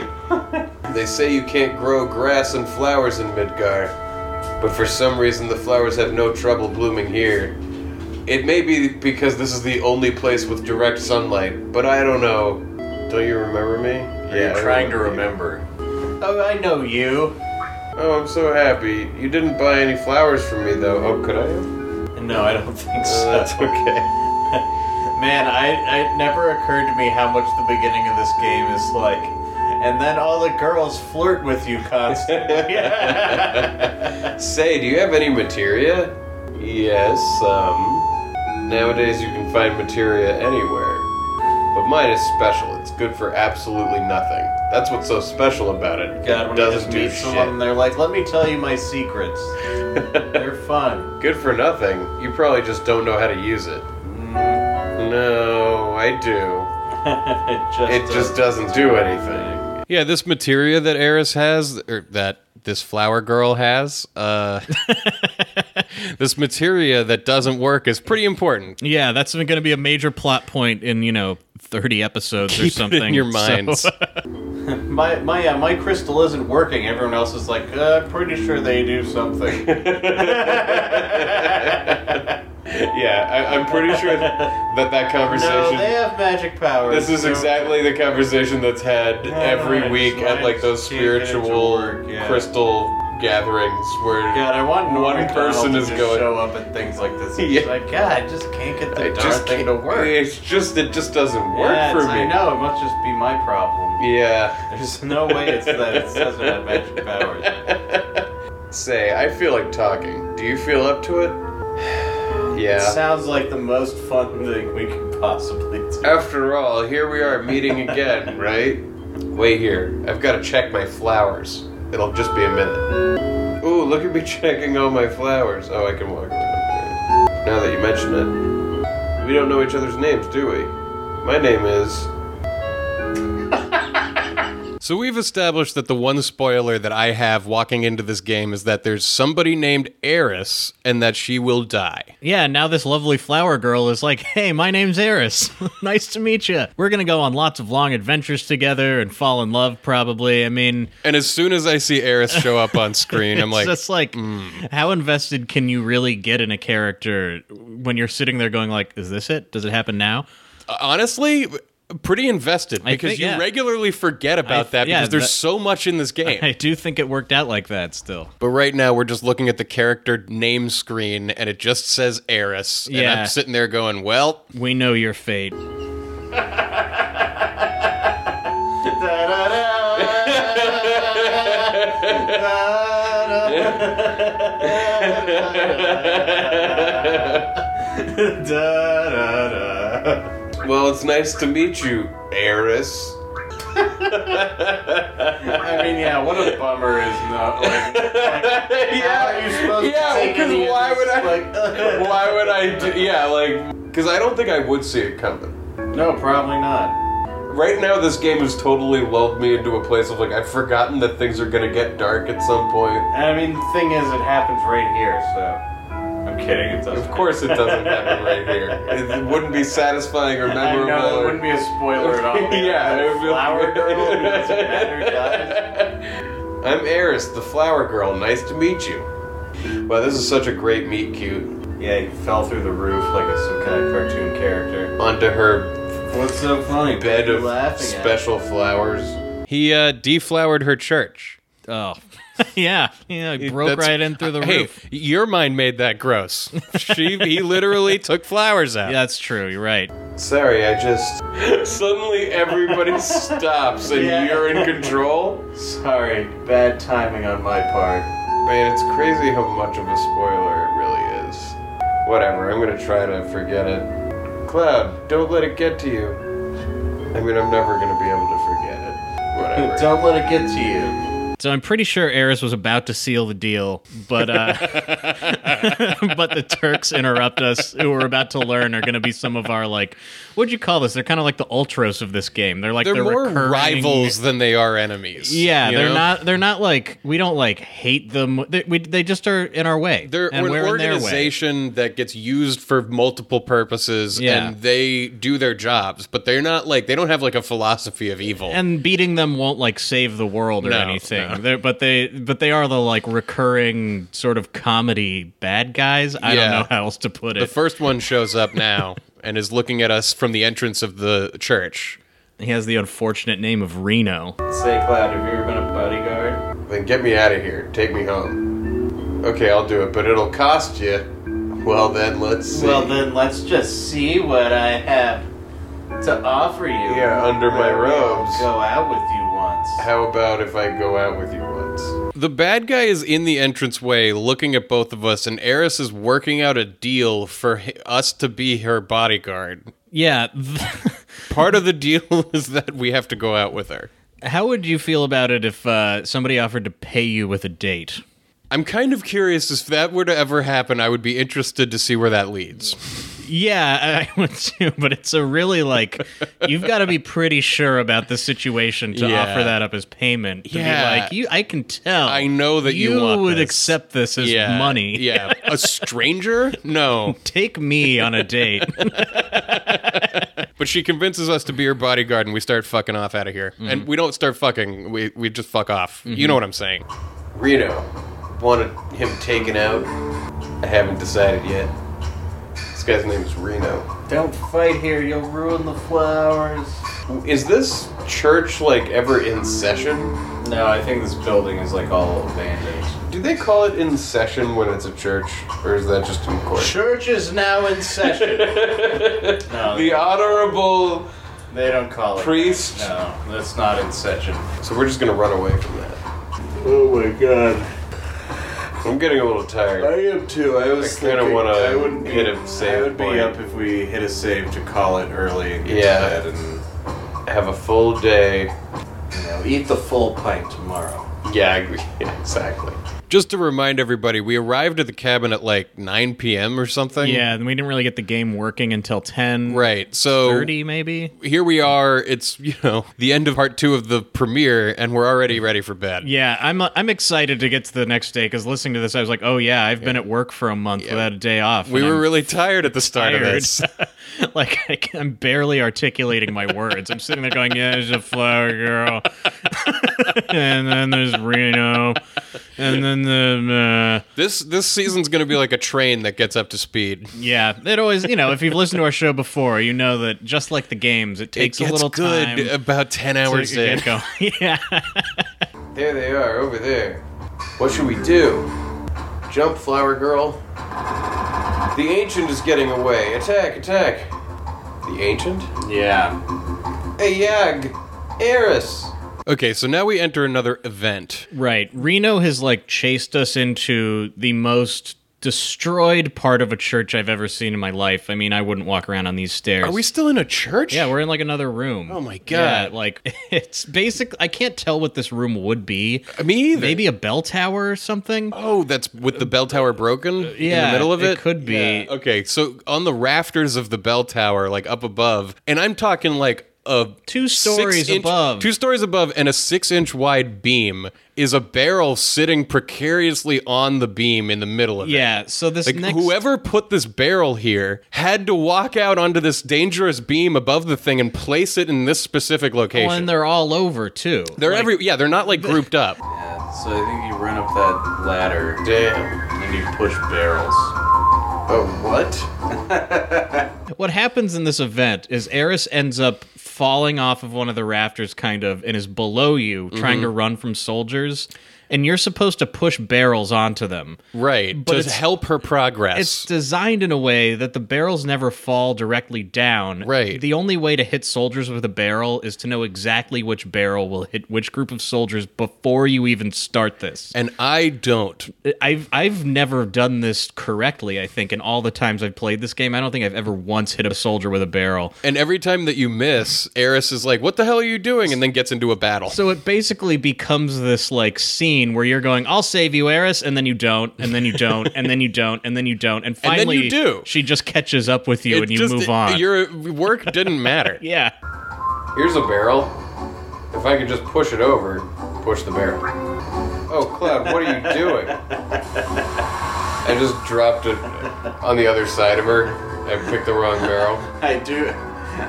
they say you can't grow grass and flowers in Midgar, but for some reason the flowers have no trouble blooming here. It may be because this is the only place with direct sunlight, but I don't know. Don't you remember me? yeah, I remember you.
Oh, I know you.
Oh, I'm so happy. You didn't buy any flowers for me though. Oh, could I? have?
No, I don't think so.
Uh, that's okay.
Man, I it never occurred to me how much the beginning of this game is like. And then all the girls flirt with you constantly.
Say, do you have any materia? Yes, um. Nowadays you can find materia anywhere. But mine is special. It's good for absolutely nothing. That's what's so special about it.
God,
it
when you
doesn't
just
do
meet someone and
shit.
they're like, let me tell you my secrets. they're fun.
Good for nothing. You probably just don't know how to use it. No, I do.
it just,
It just doesn't do anything.
Yeah, this materia that Eris has, or that this flower girl has, uh, this materia that doesn't work is pretty important.
Yeah, that's going to be a major plot point in you know thirty episodes or
Keep
something.
it in your
so-
minds.
my my uh, my crystal isn't working. Everyone else is like, uh, pretty sure they do something.
Yeah, I, I'm pretty sure that that
no,
conversation.
they have magic powers.
This is
No.
exactly the conversation that's had every
it's
week at
nice
like those
to get it to
spiritual
work, yeah.
crystal gatherings where
God, I want Norm
One
Macdonald
person
to
is
just
going-
show up at things like this.
Yeah.
It's like, God, I just can't get the
I
darn
just
thing to
can't-
work.
It's just it just doesn't work
yeah,
for
it's-
me.
I know it must just be my problem.
Yeah.
There's no way it's that it doesn't have magic powers.
Say, I feel like talking. Do you feel up to it?
It
yeah.
sounds like the most fun thing we could possibly do.
Uh, After all, here we are meeting again, right? Wait here. I've got to check my flowers. It'll just be a minute. Ooh, look at me checking all my flowers. Oh, I can walk around here. Now that you mention it, we don't know each other's names, do we? My name is. So we've established that the one spoiler that I have walking into this game is that there's somebody named Eris and that she will die.
Yeah, now this lovely flower girl is like, hey, my name's Eris. nice to meet you. We're going to go on lots of long adventures together and fall in love, probably. I mean,
And as soon as I see Eris show up on screen, I'm
it's
like,
just like,
mm.
how invested can you really get in a character when you're sitting there going, like, is this it? Does it happen now?
honestly, pretty invested
I
because
think-
you
yeah.
regularly forget about that
yeah,
because there's
that-
so much in this game.
I do think it worked out like that still.
But right now we're just looking at the character name screen and it just says Eris. And
Yeah.
I'm sitting there going, well,
We know your fate.
Well, it's nice to meet you, heiress.
I mean, yeah, what a bummer is not like. yeah, are you supposed to
Yeah,
take
because
any of
why
this?
would I?
Like,
why would I? Do, yeah, like because I don't think I would see it coming.
no, probably not.
Right now, this game has totally lulled me into a place of like I've forgotten that things are gonna get dark at some point.
I mean, the thing is, it happens right here, so. I'm kidding, it doesn't.
Of course, it doesn't happen right here. It wouldn't be satisfying or
I
memorable.
know,
or-
it wouldn't be a spoiler at all.
Yeah, it would be-
Flower girl, who doesn't matter, dies.
I'm Eris, the flower girl. Nice to meet you. Wow, this is such a great meet cute.
Yeah, he fell through the roof like a, some kind of cartoon character.
Onto her
What's so funny?
bed
You're
of
laughing at it.
special flowers.
he uh, deflowered her church.
Oh. yeah. Yeah, it broke
That's-
right in through the
hey,
roof.
your mind made that gross. She, he literally took flowers out.
Yeah, that's true. You're right.
Sorry, I just. Suddenly everybody stops and
Yeah.
you're in control.
Sorry, bad timing on my part.
Man, it's crazy how much of a spoiler it really is. Whatever, I'm gonna try to forget it. Cloud, don't let it get to you. I mean, I'm never gonna be able to forget it. Whatever.
Don't let it get to you.
So I'm pretty sure Eris was about to seal the deal, but uh, but the Turks interrupt us, who we're about to learn are going to be some of our like, what'd you call this? They're kind of like the ultras of this game. They're like
They're
the
more
recurring-
rivals than they are enemies.
Yeah,
you
they're
know?
not. They're not like we don't like hate them. They, we, they just are in our way.
They're
and
we're an
we're in their way.
organization that gets used for multiple purposes,
Yeah.
and they do their jobs, but they're not like they don't have like a philosophy of evil.
and beating them won't like save the world or
No,
anything.
no.
They're, but they but they are the like recurring sort of comedy bad guys. I
Yeah.
don't know how else to put
the
it.
first one shows up now and is looking at us from the entrance of the church.
he has the unfortunate name of Reno.
Say, Cloud, have you ever been a bodyguard?
Then get me out of here. Take me home. Okay, I'll do it, but it'll cost you. Well, then let's see.
Well, then let's just see what I have to offer you.
yeah, under my
Maybe I'll
robes.
Go out with you once.
How about if I go out with you once?
The bad guy is in the entranceway looking at both of us, and Eris is working out a deal for h- us to be her bodyguard.
Yeah.
Part of the deal is that we have to go out with her.
How would you feel about it if uh, somebody offered to pay you with a date?
I'm kind of curious if that were to ever happen, I would be interested to see where that leads.
Yeah, I would too, but it's a really like you've got to be pretty sure about the situation to
Yeah.
offer that up as payment. To
Yeah.
be like, you I can tell.
I know that you want
would
this.
accept this as
yeah.
money.
Yeah. A stranger? No.
Take me on a date.
But she convinces us to be her bodyguard and we start fucking off out of here.
Mm-hmm.
And we don't start fucking, we, we just fuck off. You know what I'm saying.
Reno wanted him taken out. I haven't decided yet. This guy's name is Reno.
Don't fight here, you'll ruin the flowers.
Is this church like ever in session?
No, I think this building is like all abandoned.
Do they call it in session when it's a church, or is that just in court?
Church is now in session. no,
The honorable
they don't call it.
priest.
No, that's not in session.
So we're just gonna run away from that.
Oh my god.
I'm getting a little tired.
I am too. I was
I kinda
thinking
wanna
I wouldn't be-
hit a save
I would
point.
be up if we hit a save to call it early and get
Yeah.
to bed and
have a full day.
you know, eat the full pint tomorrow.
Yeah, I agree. Yeah, exactly.
Just to remind everybody, we arrived at the cabin at like 9 p.m. or something.
Yeah, and we didn't really get the game working until 10.
Right. So
30 maybe.
here we are. It's, you know, the end of part two of the premiere, and we're already ready for bed.
Yeah, I'm uh, I'm excited to get to the next day cuz listening to this I was like, "Oh yeah, I've been at work for a month without a day off."
We
and
were
I'm
really tired at the start of this.
like I can- I'm barely articulating my words. I'm sitting there going, "Yeah, there's a flower girl, and then there's Reno, and then the uh,
This this season's gonna be like a train that gets up to speed.
yeah." It always, you know, if you've listened to our show before, you know that just like the games, it takes
it
a
gets
little
good
time.
about ten
to
hours in.
get going. yeah,
There they are, over there. What should we do? Jump, flower girl. The ancient is getting away. Attack, attack. The ancient?
Yeah.
Ayag! Eris!
Okay, so now we enter another event.
right. Reno has like chased us into the most destroyed part of a church I've ever seen in my life. I mean, I wouldn't walk around on these stairs.
Are we still in a church?
Yeah, we're in like another room. Oh
my God.
Yeah, like it's basic. I can't tell what this room would be.
me either.
Maybe a bell tower or something.
Oh, that's with the bell tower broken in
yeah,
the middle of
it
it.
could be.
Yeah, Okay, so on the rafters of the bell tower, like up above, and I'm talking like a
Two stories
six-inch-
above.
two stories above, and a six-inch wide beam is a barrel sitting precariously on the beam in the middle of it.
Yeah. So this
Like
next
whoever put this barrel here had to walk out onto this dangerous beam above the thing and place it in this specific location.
one, Oh, they're all over too.
they're every yeah, they're not like grouped up.
So I think you run up that ladder
Damn.
and you push barrels.
Oh, what?
What happens in this event is Eris ends up falling off of one of the rafters, kind of, and is below you, trying to run from soldiers. And you're supposed to push barrels onto them.
Right.
But
to
it's-
help her progress.
It's designed in a way that the barrels never fall directly down.
Right.
The only way to hit soldiers with a barrel is to know exactly which barrel will hit which group of soldiers before you even start this.
and I don't.
I've I've never done this correctly, I think, in all the times I've played this game. I don't think I've ever once hit a soldier with a barrel.
And every time that you miss, Eris is like, "What the hell are you doing?" and then gets into a battle.
So it basically becomes this like scene where you're going, "I'll save you, Eris," and then you don't, and then you don't, and then you don't, and then you don't, and
then
finally
you do.
She just catches up with you,
It
and you
just-
move on.
Your work didn't matter.
yeah.
Here's a barrel. If I could just push it over, push the barrel. Oh, Cloud, what are you doing? I just dropped it on the other side of her. I picked the wrong barrel.
I do.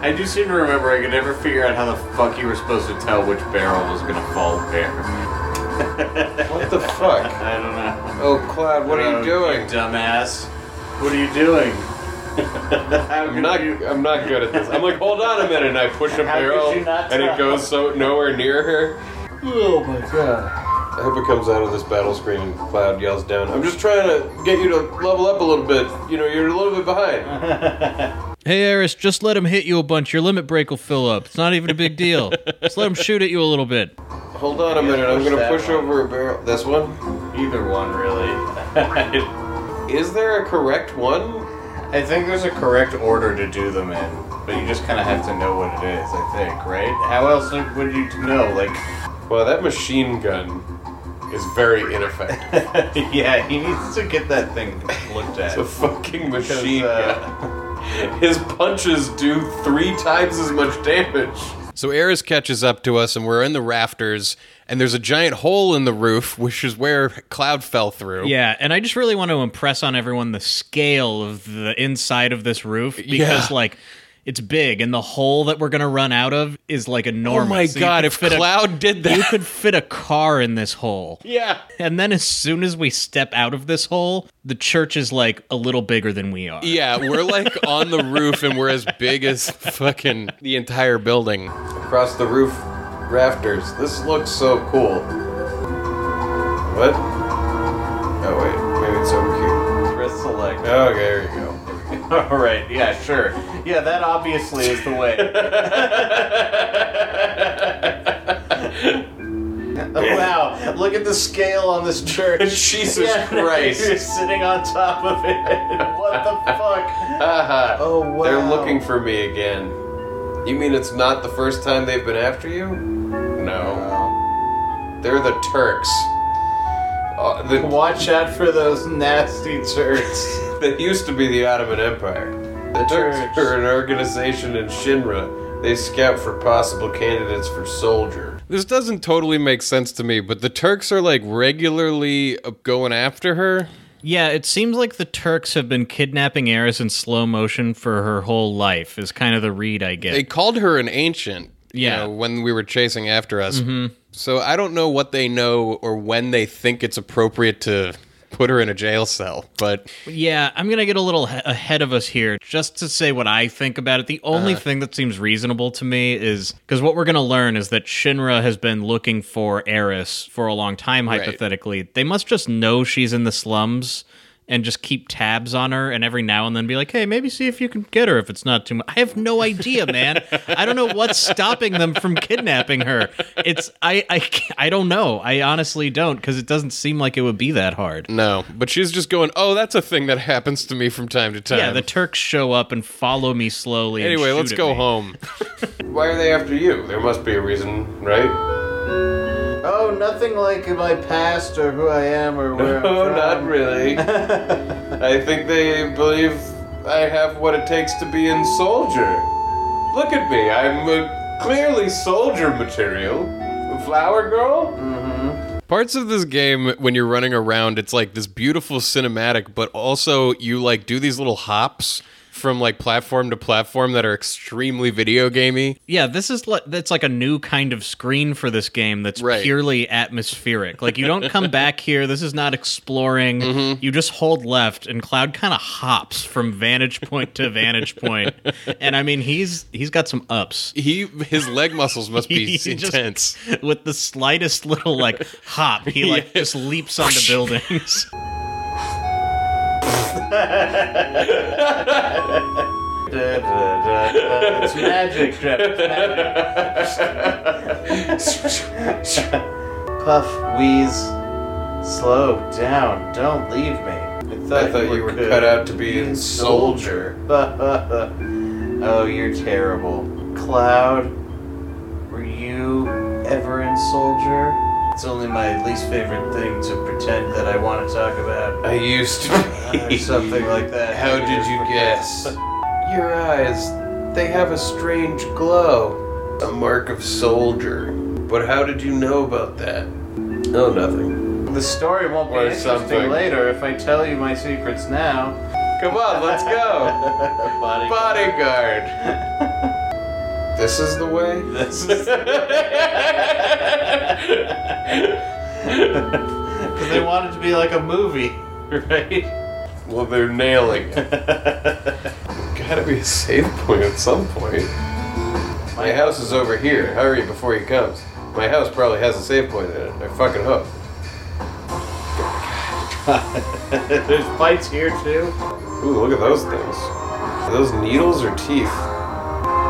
I do seem to remember I could never figure out how the fuck you were supposed to tell which barrel was gonna fall where.
What the fuck?
I don't know.
Oh, Cloud, what are
Oh,
you doing?
dumbass? What are you doing? How
I'm
could
not.
you-
I'm not good at this. I'm like, hold on a minute, and I push a
How could
barrel,
you not
and it
tell?
goes so nowhere near her. Oh my god! I hope it comes out of this battle screen. And Cloud yells down. I'm just trying to get you to level up a little bit. You know, you're a little bit behind.
Hey, Eris, just let him hit you a bunch. Your limit break will fill up. It's not even a big deal. just let him shoot at you a little bit.
Hold on a
Yeah,
minute. I'm
push
gonna
that
push
one.
over a barrel. This one.
Either one, really.
Is there a correct one?
I think there's a correct order to do them in, but you just kind of have to know what it is. I think, right? How else would you know? Like,
Well, that machine gun is very ineffective.
yeah, he needs to get that thing looked at.
The fucking
Because,
machine gun.
uh,
His punches do three times as much damage.
So Eris catches up to us, and we're in the rafters, and there's a giant hole in the roof, which is where Cloud fell through.
Yeah, and I just really want to impress on everyone the scale of the inside of this roof because,
Yeah.
like, it's big, and the hole that we're gonna run out of is like
Oh
enormous.
my
So you
god!
could
If
fit a-
Cloud did
you
that,
could fit a car in this hole.
yeah.
And then as soon as we step out of this hole, the church is like a little bigger than we are.
Yeah, we're like on the roof and we're as big as fucking the entire building.
across the roof rafters. This looks so cool. What? Oh wait, maybe it's over here.
press select.
Okay, there you go.
All right. Yeah. Sure. Yeah. That obviously is the way. Oh, wow! Look at the scale on this church.
Jesus Christ.
You're sitting on top of it. What the fuck?
Haha.
Oh, wow.
They're looking for me again. You mean it's not the first time they've been after you? No. They're the Turks.
uh, that,
Watch out for those nasty turds.
that used to be the Ottoman Empire. The Turks
Turks.
are an organization in Shinra. They scout for possible candidates for soldier.
This doesn't totally make sense to me, but the Turks are like regularly uh, going after her.
Yeah, it seems like the Turks have been kidnapping Eris in slow motion for her whole life. Is kind of the read I get.
They called her an ancient. you
Yeah. Mm-hmm.
know, when we were chasing after us. So I don't know what they know or when they think it's appropriate to put her in a jail cell, but
Yeah, I'm going to get a little he- ahead of us here just to say what I think about it. The only thing that seems reasonable to me is because what we're going to learn is that Shinra has been looking for Eris for a long time, hypothetically. They must just know she's in the slums and just keep tabs on her and every now and then be like, hey, maybe see if you can get her if it's not too much. I have no idea, man. I don't know what's stopping them from kidnapping her. It's, I, I, can't- I don't know. I honestly don't because it doesn't seem like it would be that hard.
no. But she's just going, oh, that's a thing that happens to me from time to time.
Yeah, the Turks show up and follow me slowly. and
anyway,
shoot
let's
at
go
me.
home.
Why are they after you? There must be a reason, right?
Oh, nothing like my past or who I am or where I'm
No,
from.
not really. I think they believe I have what it takes to be in soldier. Look at me, I'm uh, clearly soldier material. Flower girl?
Parts of this game, when you're running around, it's like this beautiful cinematic, but also you like do these little hops from like platform to platform that are extremely video gamey.
Yeah, this is like that's like a new kind of screen for this game that's
Right.
purely atmospheric. Like you don't come back here. This is not exploring.
Mm-hmm.
You just hold left, and Cloud kind of hops from vantage point to vantage point. And I mean, he's he's got some ups.
He his leg muscles must be
He just-
intense.
With the slightest little like hop, he like just leaps onto buildings.
Da, da, da, da. It's magic, Jeff. It's magic. Puff, wheeze, slow down. Don't leave me. I
I thought you were cut out to be in soldier.
oh, you're terrible. Cloud, were you ever in soldier? It's only my least favorite thing to pretend that I want to talk about.
I used to
Or
be.
something like that.
How did you guess? Your eyes, they have a strange glow. A mark of soldier. But how did you know about that? Oh, nothing.
The story won't be
Or
interesting
something.
later if I tell you my secrets now.
Come on, let's go!
Body.
Bodyguard! This is the way?
This is. Because they wanted to be like a movie, right?
Well, they're nailing it. Gotta be a safe point at some point. My house is over here. Hurry before he comes. My house probably has a safe point in it. I fucking hope.
There's bites here too.
Ooh, look at those things. Are those needles or teeth?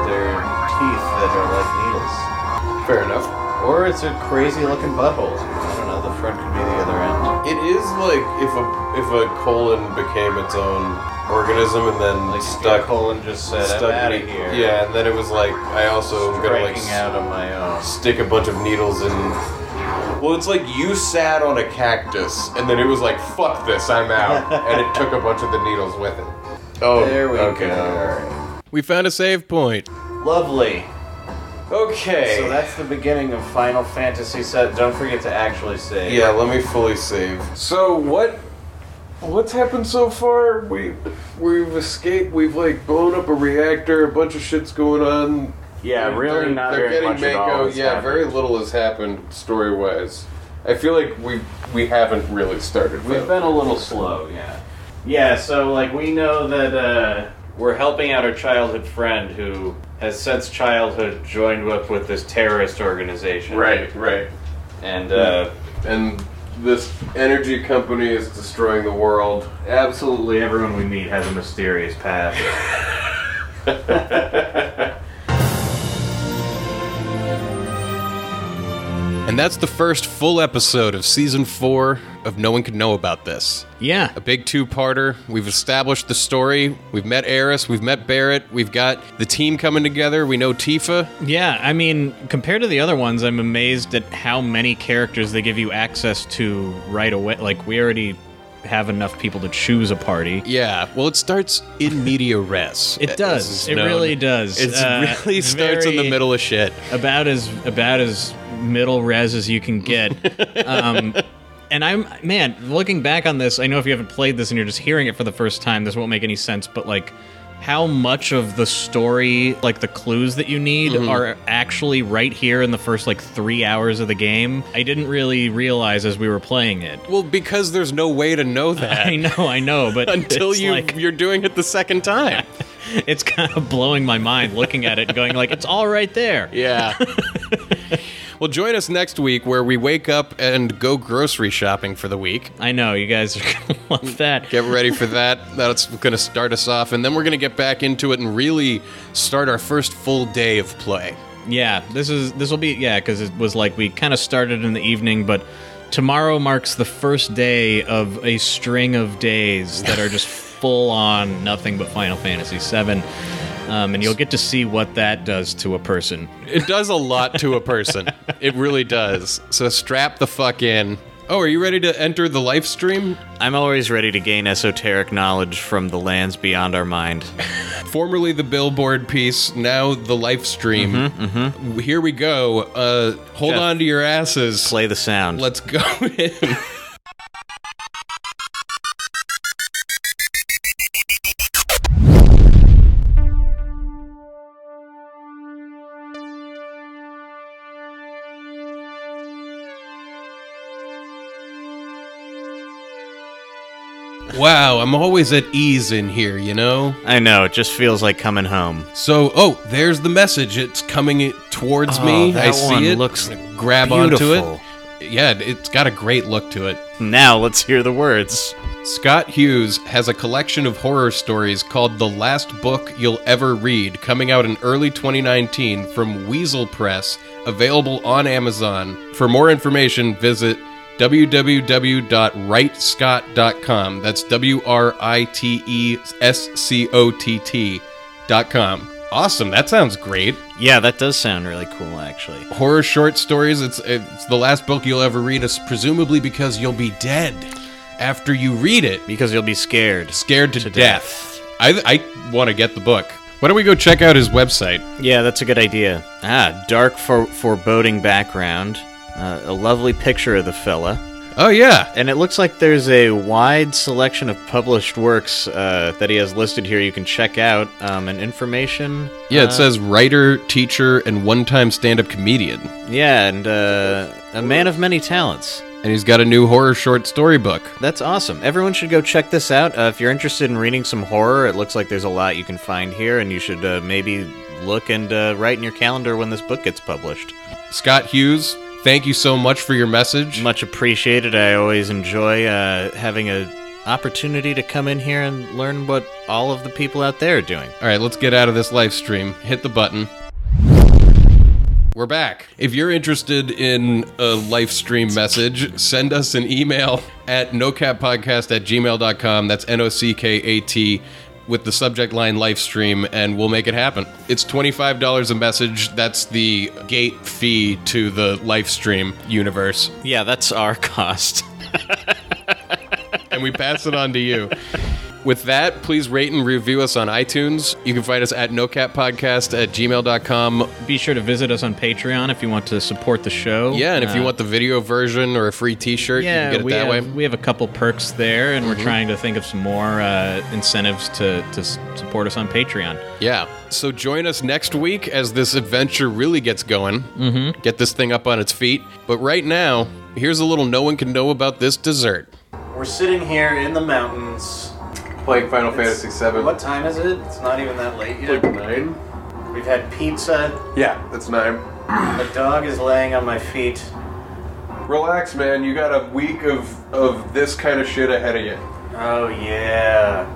They're teeth that are
Fair enough.
like needles. Or it's a crazy looking butthole. I don't know, the front could be the other end.
It is like if a if a colon became its own organism and then
Like if your
stuck
colon just said,
stuck
I'm out of
ne-
here.
Yeah, and then it was like I also am gonna like
Breaking
s-
out on my own.
stick a bunch of needles in. Well, it's like you sat on a cactus and then it was like fuck this, I'm out, and it took a bunch of the needles with it. Oh,
There we
okay.
go.
all
We found a save point.
Lovely.
right. Okay.
So that's the beginning of Final Fantasy set. Don't forget to actually save.
Yeah, let me fully save. So what? What's happened so far? We we've escaped. We've like blown up a reactor. A bunch of shit's going on.
Yeah, really
They're-
not
They're
very
getting
much at all. has
yeah,
happened.
very little has happened story wise. I feel like we we haven't really started.
We've been a little slow, yeah. Yeah, so like we know that uh, we're helping out our childhood friend who has since childhood joined up with this terrorist organization.
right, right.
And uh,
And this energy company is destroying the world.
absolutely everyone we meet has a mysterious past.
And that's the first full episode of season four of No One Can Know About This.
Yeah.
A big two parter. We've established the story. We've met Eris. We've met Barrett. We've got the team coming together. We know Tifa.
Yeah, I mean, compared to the other ones, I'm amazed at how many characters they give you access to right away. Like, we already have enough people to choose a party.
Yeah. Well, it starts in media res.
It
as
does.
is
It
known.
really does.
It
Uh,
really starts in the
very-
middle of shit.
About as about as middle res as you can get. um, and I'm man, looking back on this, I know if you haven't played this and you're just hearing it for the first time, this won't make any sense. But like, how much of the story, like the clues that you need,
Mm-hmm.
are actually right here in the first like three hours of the game? I didn't really realize as we were playing it.
Well, because there's no way to know that
I know, I know, but
until
it's
you
like-
you're doing it the second time.
it's kind of blowing my mind looking at it and going like, it's all right there.
Yeah. well, join us next week where we wake up and go grocery shopping for the week.
I know you guys are gonna love that.
Mm, Get ready for that. That's going to start us off. And then we're going to get back into it and really start our first full day of play.
Yeah, this is this will be yeah because it was like we kind of started in the evening, but tomorrow marks the first day of a string of days that are just full on nothing but Final Fantasy VII, um, and you'll get to see what that does to a person.
It does a lot to a person. it really does. So strap the fuck in. Oh, are you ready to enter the live stream?
I'm always ready to gain esoteric knowledge from the lands beyond our mind.
Formerly the billboard piece, now the live stream. Here we go. Uh, hold
Mm-hmm, Jeff,
on to your asses.
Play the sound.
Let's go in. Wow, I'm always at ease in here, you know?
I know, it just feels like coming home.
So, oh, there's the message. It's coming i- towards
Oh,
me.
that
I see
one
it.
looks
grab
beautiful.
onto it. Yeah, it's got a great look to it.
Now let's hear the words.
Scott Hughes has a collection of horror stories called The Last Book You'll Ever Read, coming out in early 2019 from Weasel Press, available on Amazon. For more information, visit www.writescott.com. That's W R I T E S C O T T.com. Awesome. That sounds great.
Yeah, that does sound really cool, actually.
Horror short stories. It's, it's the last book you'll ever read, it's presumably because you'll be dead after you read it
Because you'll be scared.
scared to,
To
death. I, I want to get the book. Why don't we go check out his website?
Yeah, that's a good idea. Ah, dark, for- foreboding background. Uh, a lovely picture of the fella.
Oh yeah,
And it looks like there's a wide selection of published works uh, that he has listed here you can check out um, and information.
yeah. It says writer, teacher, and one-time stand-up comedian,
Yeah, and uh, a man of many talents.
and he's got a new horror short story book.
That's awesome. Everyone should go check this out. Uh, if you're interested in reading some horror, it looks like there's a lot you can find here, and you should uh, maybe look and uh, write in your calendar when this book gets published.
Scott Hughes, thank you so much for your message.
Much appreciated. I always enjoy uh, having a opportunity to come in here and learn what all of the people out there are doing.
All right, let's get out of this live stream. Hit the button. We're back. If you're interested in a live stream message, send us an email at nocappodcast at gmail.com. That's N O C K A T with the subject line live stream, and we'll make it happen. It's $25 a message. That's the gate fee to the live stream universe.
Yeah, that's our cost.
and we pass it on to you. With that, please rate and review us on iTunes. You can find us at nocatpodcast at gmail.com.
Be sure to visit us on Patreon if you want to support the show.
Yeah, and if you
Uh,
want the video version or a free t shirt,
yeah,
you can
we,
get it that
have,
way. Mm-hmm.
we have a couple perks there, and we're trying to think of some more uh, incentives to, to s- support us on Patreon.
Yeah. So join us next week as this adventure really gets going. Mm-hmm. Get this thing up on its feet. But right now, here's a little no one can know about this dessert.
We're sitting here in the mountains.
Playing Final Fantasy VII.
What time is it? It's not even that late
Like
yet.
nine?
We've had pizza.
Yeah, that's nine.
A dog is laying on my feet.
Relax, man. You got a week of of this kind of shit ahead of you.
Oh yeah.